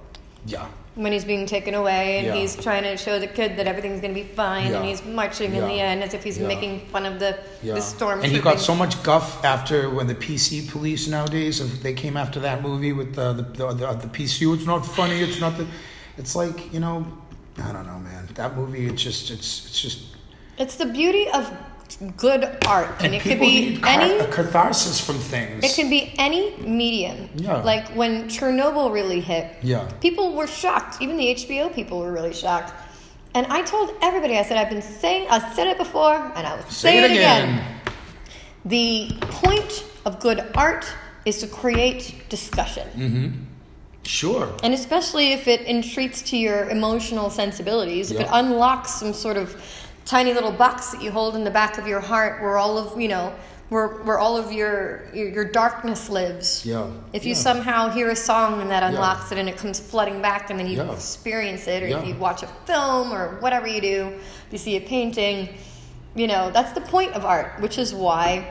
Yeah.
when he's being taken away and
Yeah.
he's trying to show the kid that everything's going to be fine and
Yeah.
he's marching in
Yeah.
the end as if he's
Yeah.
making fun of the,
Yeah.
the storm.
and he got so much guff after when the PC police nowadays if they came after that movie with the the, the, the, the PCU. It's not funny. It's not the. It's like you know, I don't know, man. That movie. It's just it's it's just.
It's the beauty of good art and, it could
people
be
need car-
any
a catharsis from things.
It can be any medium.
Yeah.
Like when Chernobyl really hit.
Yeah.
People were shocked. Even the HBO people were really shocked. And I told everybody, I said, I've been saying, I said it before, and I will say, it, again. The point of good art is to create discussion.
Sure.
And especially if it entreats to your emotional sensibilities, if it
Yeah.
unlocks some sort of tiny little box that you hold in the back of your heart where all of, you know, where, where all of your, your, your darkness lives.
Yeah.
If you
Yeah.
somehow hear a song and that unlocks it and it comes flooding back and then you
Yeah.
experience it, or if
Yeah.
you watch a film or whatever you do, you see a painting, you know, that's the point of art, which is why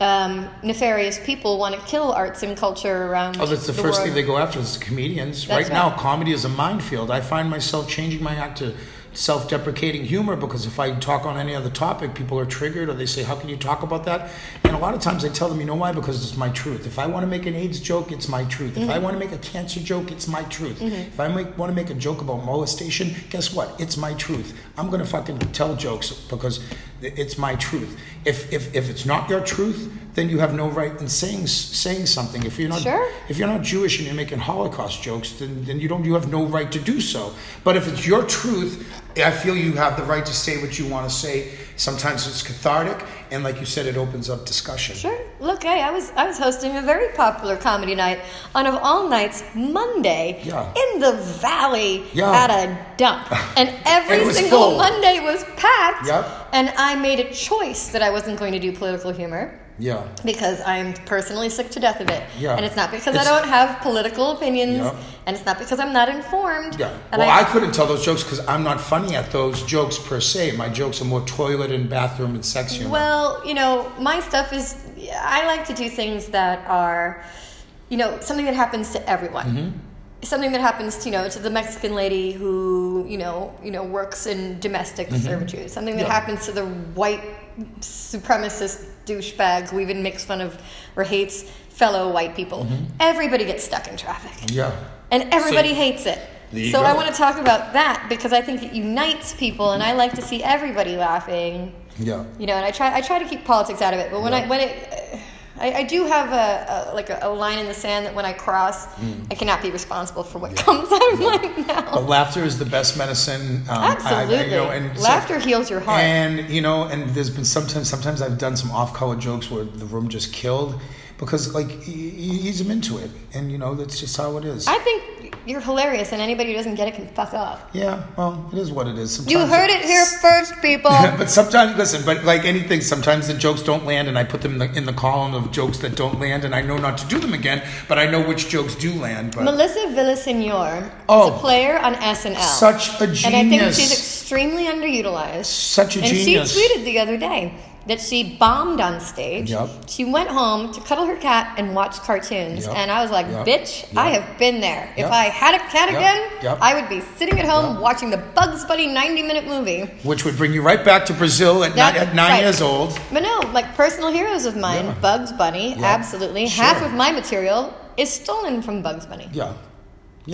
um, nefarious people want to kill arts and culture around
Oh, that's the, first
world.
thing they go after is comedians.
That's
right now,
right.
comedy is a minefield. I find myself changing my act to self deprecating humor because if I talk on any other topic, people are triggered or they say, How can you talk about that? And a lot of times I tell them, You know why? Because it's my truth. If I want to make an AIDS joke, it's my truth. If
Mm-hmm.
I want to make a cancer joke, it's my truth. If I make, want to make a joke about molestation, guess what? It's my truth. I'm going to fucking tell jokes because it's my truth. If, if, if it's not your truth, then you have no right in saying, saying something. If you're not
Sure.
if you're not Jewish and you're making Holocaust jokes, then, then you don't you have no right to do so. But if it's your truth, I feel you have the right to say what you want to say. Sometimes it's cathartic, and like you said, it opens up discussion.
Sure. Look, hey, I was I was hosting a very popular comedy night on of all nights Monday
Yeah.
in the valley
Yeah.
at a dump, and every
It was
single
full.
Monday was packed.
Yep.
And I made a choice that I wasn't going to do political humor
Yeah.
because I'm personally sick to death of it.
Yeah.
And it's not because I
It's-
don't have political opinions,
Yep.
and it's not because I'm not informed.
Yeah.
And
well, I, couldn't tell those jokes because I'm not funny at those jokes per se. My jokes are more toilet and bathroom and sex humor.
Well, you know, my stuff is. I like to do things that are, you know, something that happens to everyone.
Mm-hmm.
Something that happens, to, you know, to the Mexican lady who, you know, you know, works in domestic servitude. Something that
Mm-hmm. Yeah.
happens to the white supremacist douchebag who even makes fun of or hates fellow white people.
Mm-hmm.
Everybody gets stuck in traffic,
yeah.
and everybody hates it.
There you
So I
go.
want to talk about that because I think it unites people, and I like to see everybody laughing
Yeah.
you know, and I try I try to keep politics out of it. But when I
Yeah.
when it, I, I do have a, a like a, a line in the sand that when I cross,
Mm.
I cannot be responsible for what comes out of my mouth.
But laughter is the best medicine. Um, I- I-
Absolutely,
you know, and so-
laughter heals your heart.
And you know, and there's been sometimes sometimes I've done some off-color jokes where the room just killed because like you you ease them into it, and you know that's just how it is.
I think you're hilarious, and anybody who doesn't get it can fuck off.
yeah, well, it is what it is. Sometimes
You heard it here first, people.
but sometimes, listen. But like anything, sometimes the jokes don't land, and I put them in the, in the column of jokes that don't land, and I know not to do them again. But I know which jokes do land. But
Melissa Villasenor is
Oh.
a player on SNL.
such a genius.
And I think she's extremely underutilized.
such a
And
genius.
she tweeted the other day that she bombed on stage.
Yep.
She went home to cuddle her cat and watch cartoons.
Yep.
And I was like,
Yep.
bitch, I
Yep.
have been there. If
Yep.
I had a cat
Yep.
again,
Yep.
I would be sitting at home
Yep.
watching the Bugs Bunny 90 minute movie.
which would bring you right back to Brazil at, ni-
That's
at nine
right.
years old.
But no, like personal heroes of mine,
Yeah.
Bugs Bunny,
Yeah.
absolutely. Half
Sure.
of my material is stolen from Bugs Bunny.
Yeah.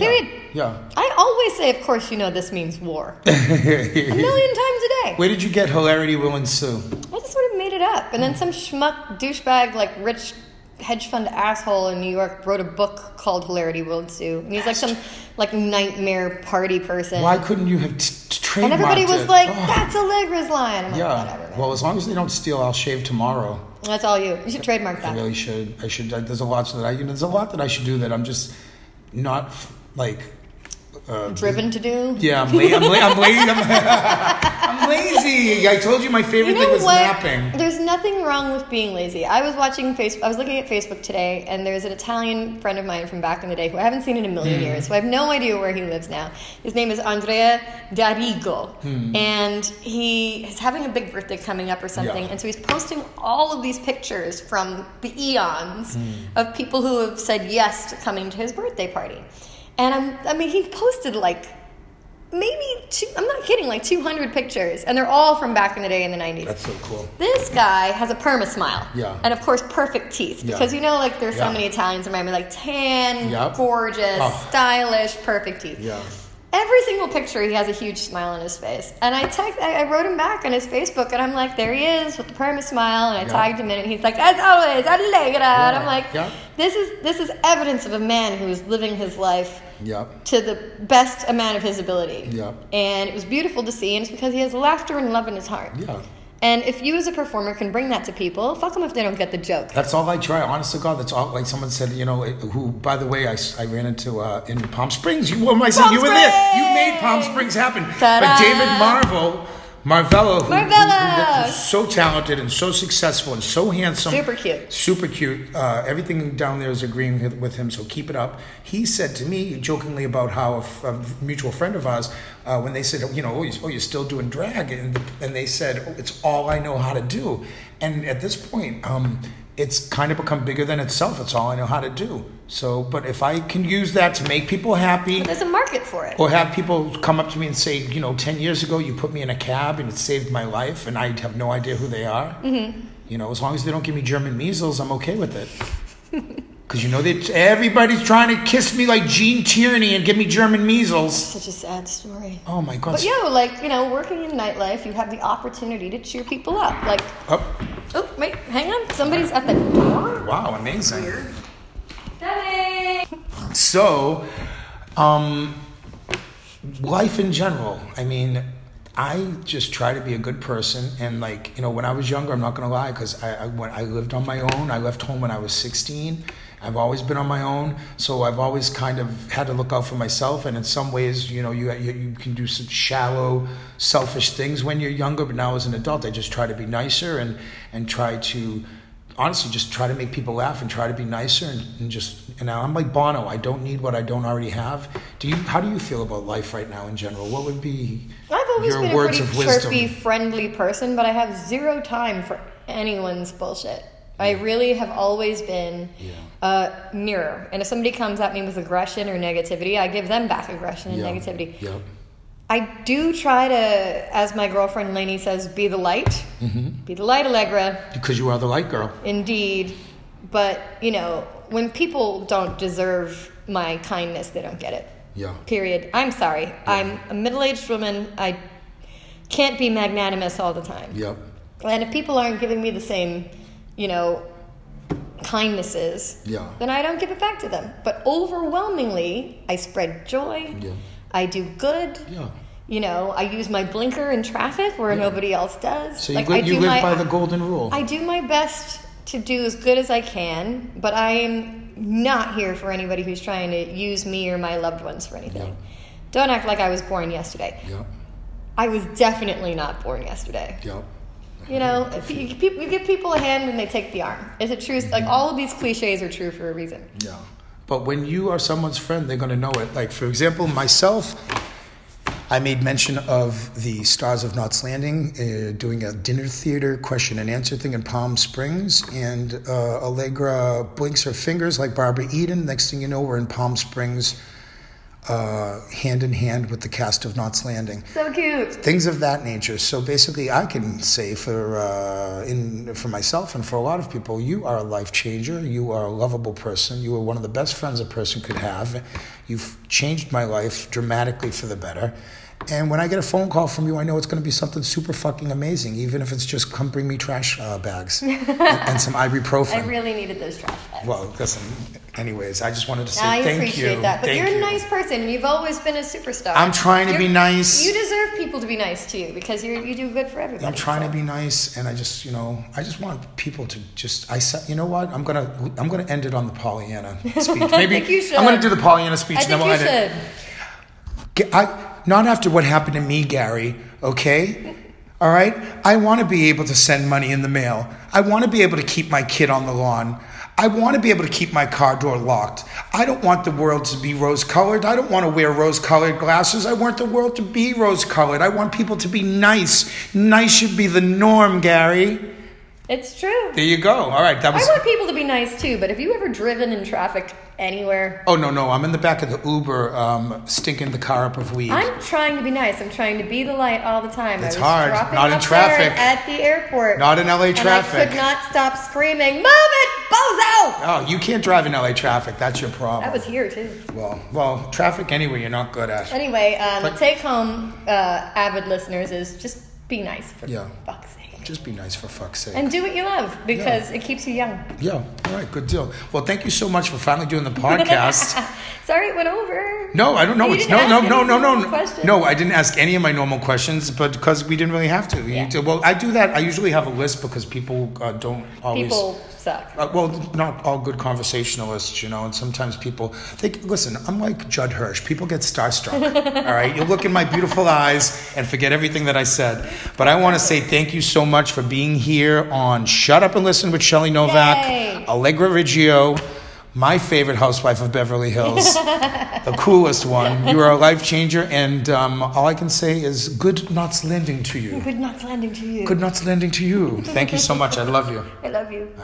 Period.
Yeah.
I always say, of course, you know this means war. a million times a day.
Where did you get hilarity will ensue?
I just sort of made it up. And then some schmuck douchebag, like rich hedge fund asshole in New York, wrote a book called Hilarity Will Ensue. And he's like some like nightmare party person.
Why couldn't you have t- t-
and everybody
trademarked
was
it?
like,
Oh,
that's Allegra's line. I'm like, whatever.
yeah.
man.
Well, as long as they don't steal, I'll shave tomorrow.
that's all you. You should trademark
I
that.
really should. I should. I, there's a lot that I. You know, there's a lot that I should do that I'm just not f- like. Uh,
Driven to do.
yeah, I'm lazy. I'm, la- I'm lazy. I'm, I'm lazy. I told you my favorite
You
thing
know
was
what?
napping.
There's nothing wrong with being lazy. I was watching Facebook. I was looking at Facebook today, and there's an Italian friend of mine from back in the day who I haven't seen in a million
Hmm.
years, so I have no idea where he lives now. His name is Andrea Darigo, and he is having a big birthday coming up or something,
Hmm. Yeah.
and so he's posting all of these pictures
Hmm.
from the eons of people who have said yes to coming to his birthday party. And I'm, I mean, he posted like maybe two, I'm not kidding, like 200 pictures, and they're all from back in the day in the 90s.
That's so cool.
This guy has a perma smile.
Yeah.
And of course, perfect teeth.
Yeah.
Because you know, like, there's so
Yeah.
many Italians in Miami, like tan,
Yep.
gorgeous,
Oh.
stylish, perfect teeth.
Yeah.
Every single picture, he has a huge smile on his face. And I text, I, I wrote him back on his Facebook, and I'm like, there he is with the perma smile. And I
Yeah.
tagged him in, and he's like, as always, allegra. And I'm like,
Yeah.
this is this is evidence of a man who is living his life
Yep.
to the best amount of his ability.
Yeah.
And it was beautiful to see, and it's because he has laughter and love in his heart.
Yeah.
And if you as a performer can bring that to people, fuck them if they don't get the joke.
That's all I try. Honest to God, that's all. Like someone said, you know, who, by the way, I, s- I ran into uh, in Palm Springs. You, what am I saying?
Palm
you were there. You made
Springs!
Palm Springs happen.
Ta-da!
But David Marvel, Marvella, who, who- who-
Marvella!
who's so talented and so successful and so handsome.
Super cute.
Super cute. Uh, everything down there is agreeing with, with him, so keep it up. He said to me jokingly about how a, f- a mutual friend of ours, uh, when they said, oh, you know, oh, you- oh, you're still doing drag, and, and they said, oh, it's all I know how to do. And at this point, um, it's kind of become bigger than itself. It's all I know how to do. So, but if I can use that to make people happy,
There's a market for it.
or have people come up to me and say, you know, 10 years ago you put me in a cab and it saved my life and I have no idea who they are. You know, as long as they don't give me German measles, I'm okay with it. Because you know, that everybody's trying to kiss me like Gene Tierney and give me German measles.
Such a sad story.
Oh my God.
But yo, like, you know, working in nightlife, you have the opportunity to cheer people up. Like,
Oh,
oh, wait, hang on. Somebody's at the door.
wow, amazing.
Coming!
So, um, life in general. I mean, I just try to be a good person, and like you know, when I was younger, I'm not gonna lie, because I I, when I lived on my own. I left home when I was 16. I've always been on my own, so I've always kind of had to look out for myself. And in some ways, you know, you you, you can do some shallow, selfish things when you're younger. But now, as an adult, I just try to be nicer and and try to honestly just try to make people laugh and try to be nicer and, and just and I'm like Bono. I don't need what I don't already have. Do you? How do you feel about life right now in general? What would be
I've always
your
been a
words
pretty
of wisdom?
chirpy, friendly person, but I have zero time for anyone's bullshit. I really have always been a mirror. And if somebody comes at me with aggression or negativity, I give them back aggression and
Yeah.
negativity.
Yep.
I do try to, as my girlfriend Lainey says, be the light.
Mm-hmm.
Be the light, Allegra,
Because you are the light girl.
indeed. But, you know, when people don't deserve my kindness, they don't get it.
Yeah.
Period. I'm sorry. I'm a middle aged woman. I can't be magnanimous all the time.
Yep.
And if people aren't giving me the same, you know, kindnesses,
Yeah.
then I don't give it back to them. But overwhelmingly, I spread joy.
Yeah.
I do good.
Yeah.
You know, I use my blinker in traffic where nobody else does.
So you,
Like,
li-
I
you
do
live
my-
by the golden rule.
I do my best to do as good as I can, but I am not here for anybody who's trying to use me or my loved ones for anything. Don't act like I was born yesterday.
yep.
I was definitely not born yesterday.
Yep.
You know, if you, you peop- you give people a hand and they take the arm. It's a true, like all of these cliches are true for a reason.
Yeah. But when you are someone's friend, they're going to know it. Like, for example, myself, I made mention of the Stars of Knots Landing uh, doing a dinner theater question and answer thing in Palm Springs. And uh, Allegra blinks her fingers like Barbara Eden. Next thing you know, we're in Palm Springs, uh, hand in hand with the cast of Knots Landing
So cute.
things of that nature. So basically, I can say for uh, in for myself and for a lot of people, you are a life changer. You are a lovable person. You are one of the best friends a person could have. You've changed my life dramatically for the better. And when I get a phone call from you, I know it's going to be something super fucking amazing, even if it's just come bring me trash uh, bags and, and some ibuprofen.
I really needed those trash bags.
well, listen. Anyways, I just wanted to say
I
thank
appreciate
you.
that. But
Thank
you're a
you.
nice person. You've always been a superstar.
I'm trying to be
You're-
nice.
You deserve people to be nice to you because you you do good for everybody.
I'm trying
so.
to be nice, and I just, you know, I just want people to just. I said, you know what? I'm gonna, I'm gonna end it on the Pollyanna speech. Maybe
think you should.
I'm gonna do the Pollyanna speech.
I
and then
think
we'll
you
end it.
should.
G- I, not after what happened to me, Gary, okay? All right? I want to be able to send money in the mail. I want to be able to keep my kid on the lawn. I want to be able to keep my car door locked. I don't want the world to be rose colored. I don't want to wear rose colored glasses. I want the world to be rose colored. I want people to be nice. Nice should be the norm, Gary.
It's true.
There you go. All right, that
I
was.
want people to be nice too, but have you ever driven in traffic anywhere?
Oh no, no, I'm in the back of the Uber, um, stinking the car up of weed.
I'm trying to be nice. I'm trying to be the light all the time.
It's
I was
hard.
dropping
Not in
off Leonard
traffic.
At the airport.
Not in LA traffic.
And I could not stop screaming, Move it, bozo!
Oh, you can't drive in LA traffic. That's your problem.
That was here too.
well, well, traffic anyway, you're not good at.
Anyway, um,
But-
take home, uh, avid listeners, is just be nice for
Yeah.
fuck's sake.
Just be nice for fuck's sake.
And do what you love because it keeps you young.
yeah. All right. Good deal. Well, thank you so much for finally doing the podcast.
Sorry, it went over.
No, I don't know.
You
It's no,
didn't
no,
ask
no,
any
no, no,
normal
no.
questions.
No, I didn't ask any of my normal questions, but because we didn't really have to. You
Yeah.
do- well, I do that. I usually have a list because people uh, don't always.
People suck.
Uh, well, not all good conversationalists, you know, and sometimes people think, listen, I'm like Judd Hirsch. People get starstruck, all right? You look in my beautiful eyes and forget everything that I said. But I want to say thank you so much for being here on Shut Up and Listen with Shelly Novak,
Yay.
Allegra Riggio, my favorite housewife of Beverly Hills, the coolest one. You are a life changer, and um, all I can say is good knots landing to you.
Good not landing to you.
Good knots landing to you. Thank you so much. I love you.
I love you.
All right.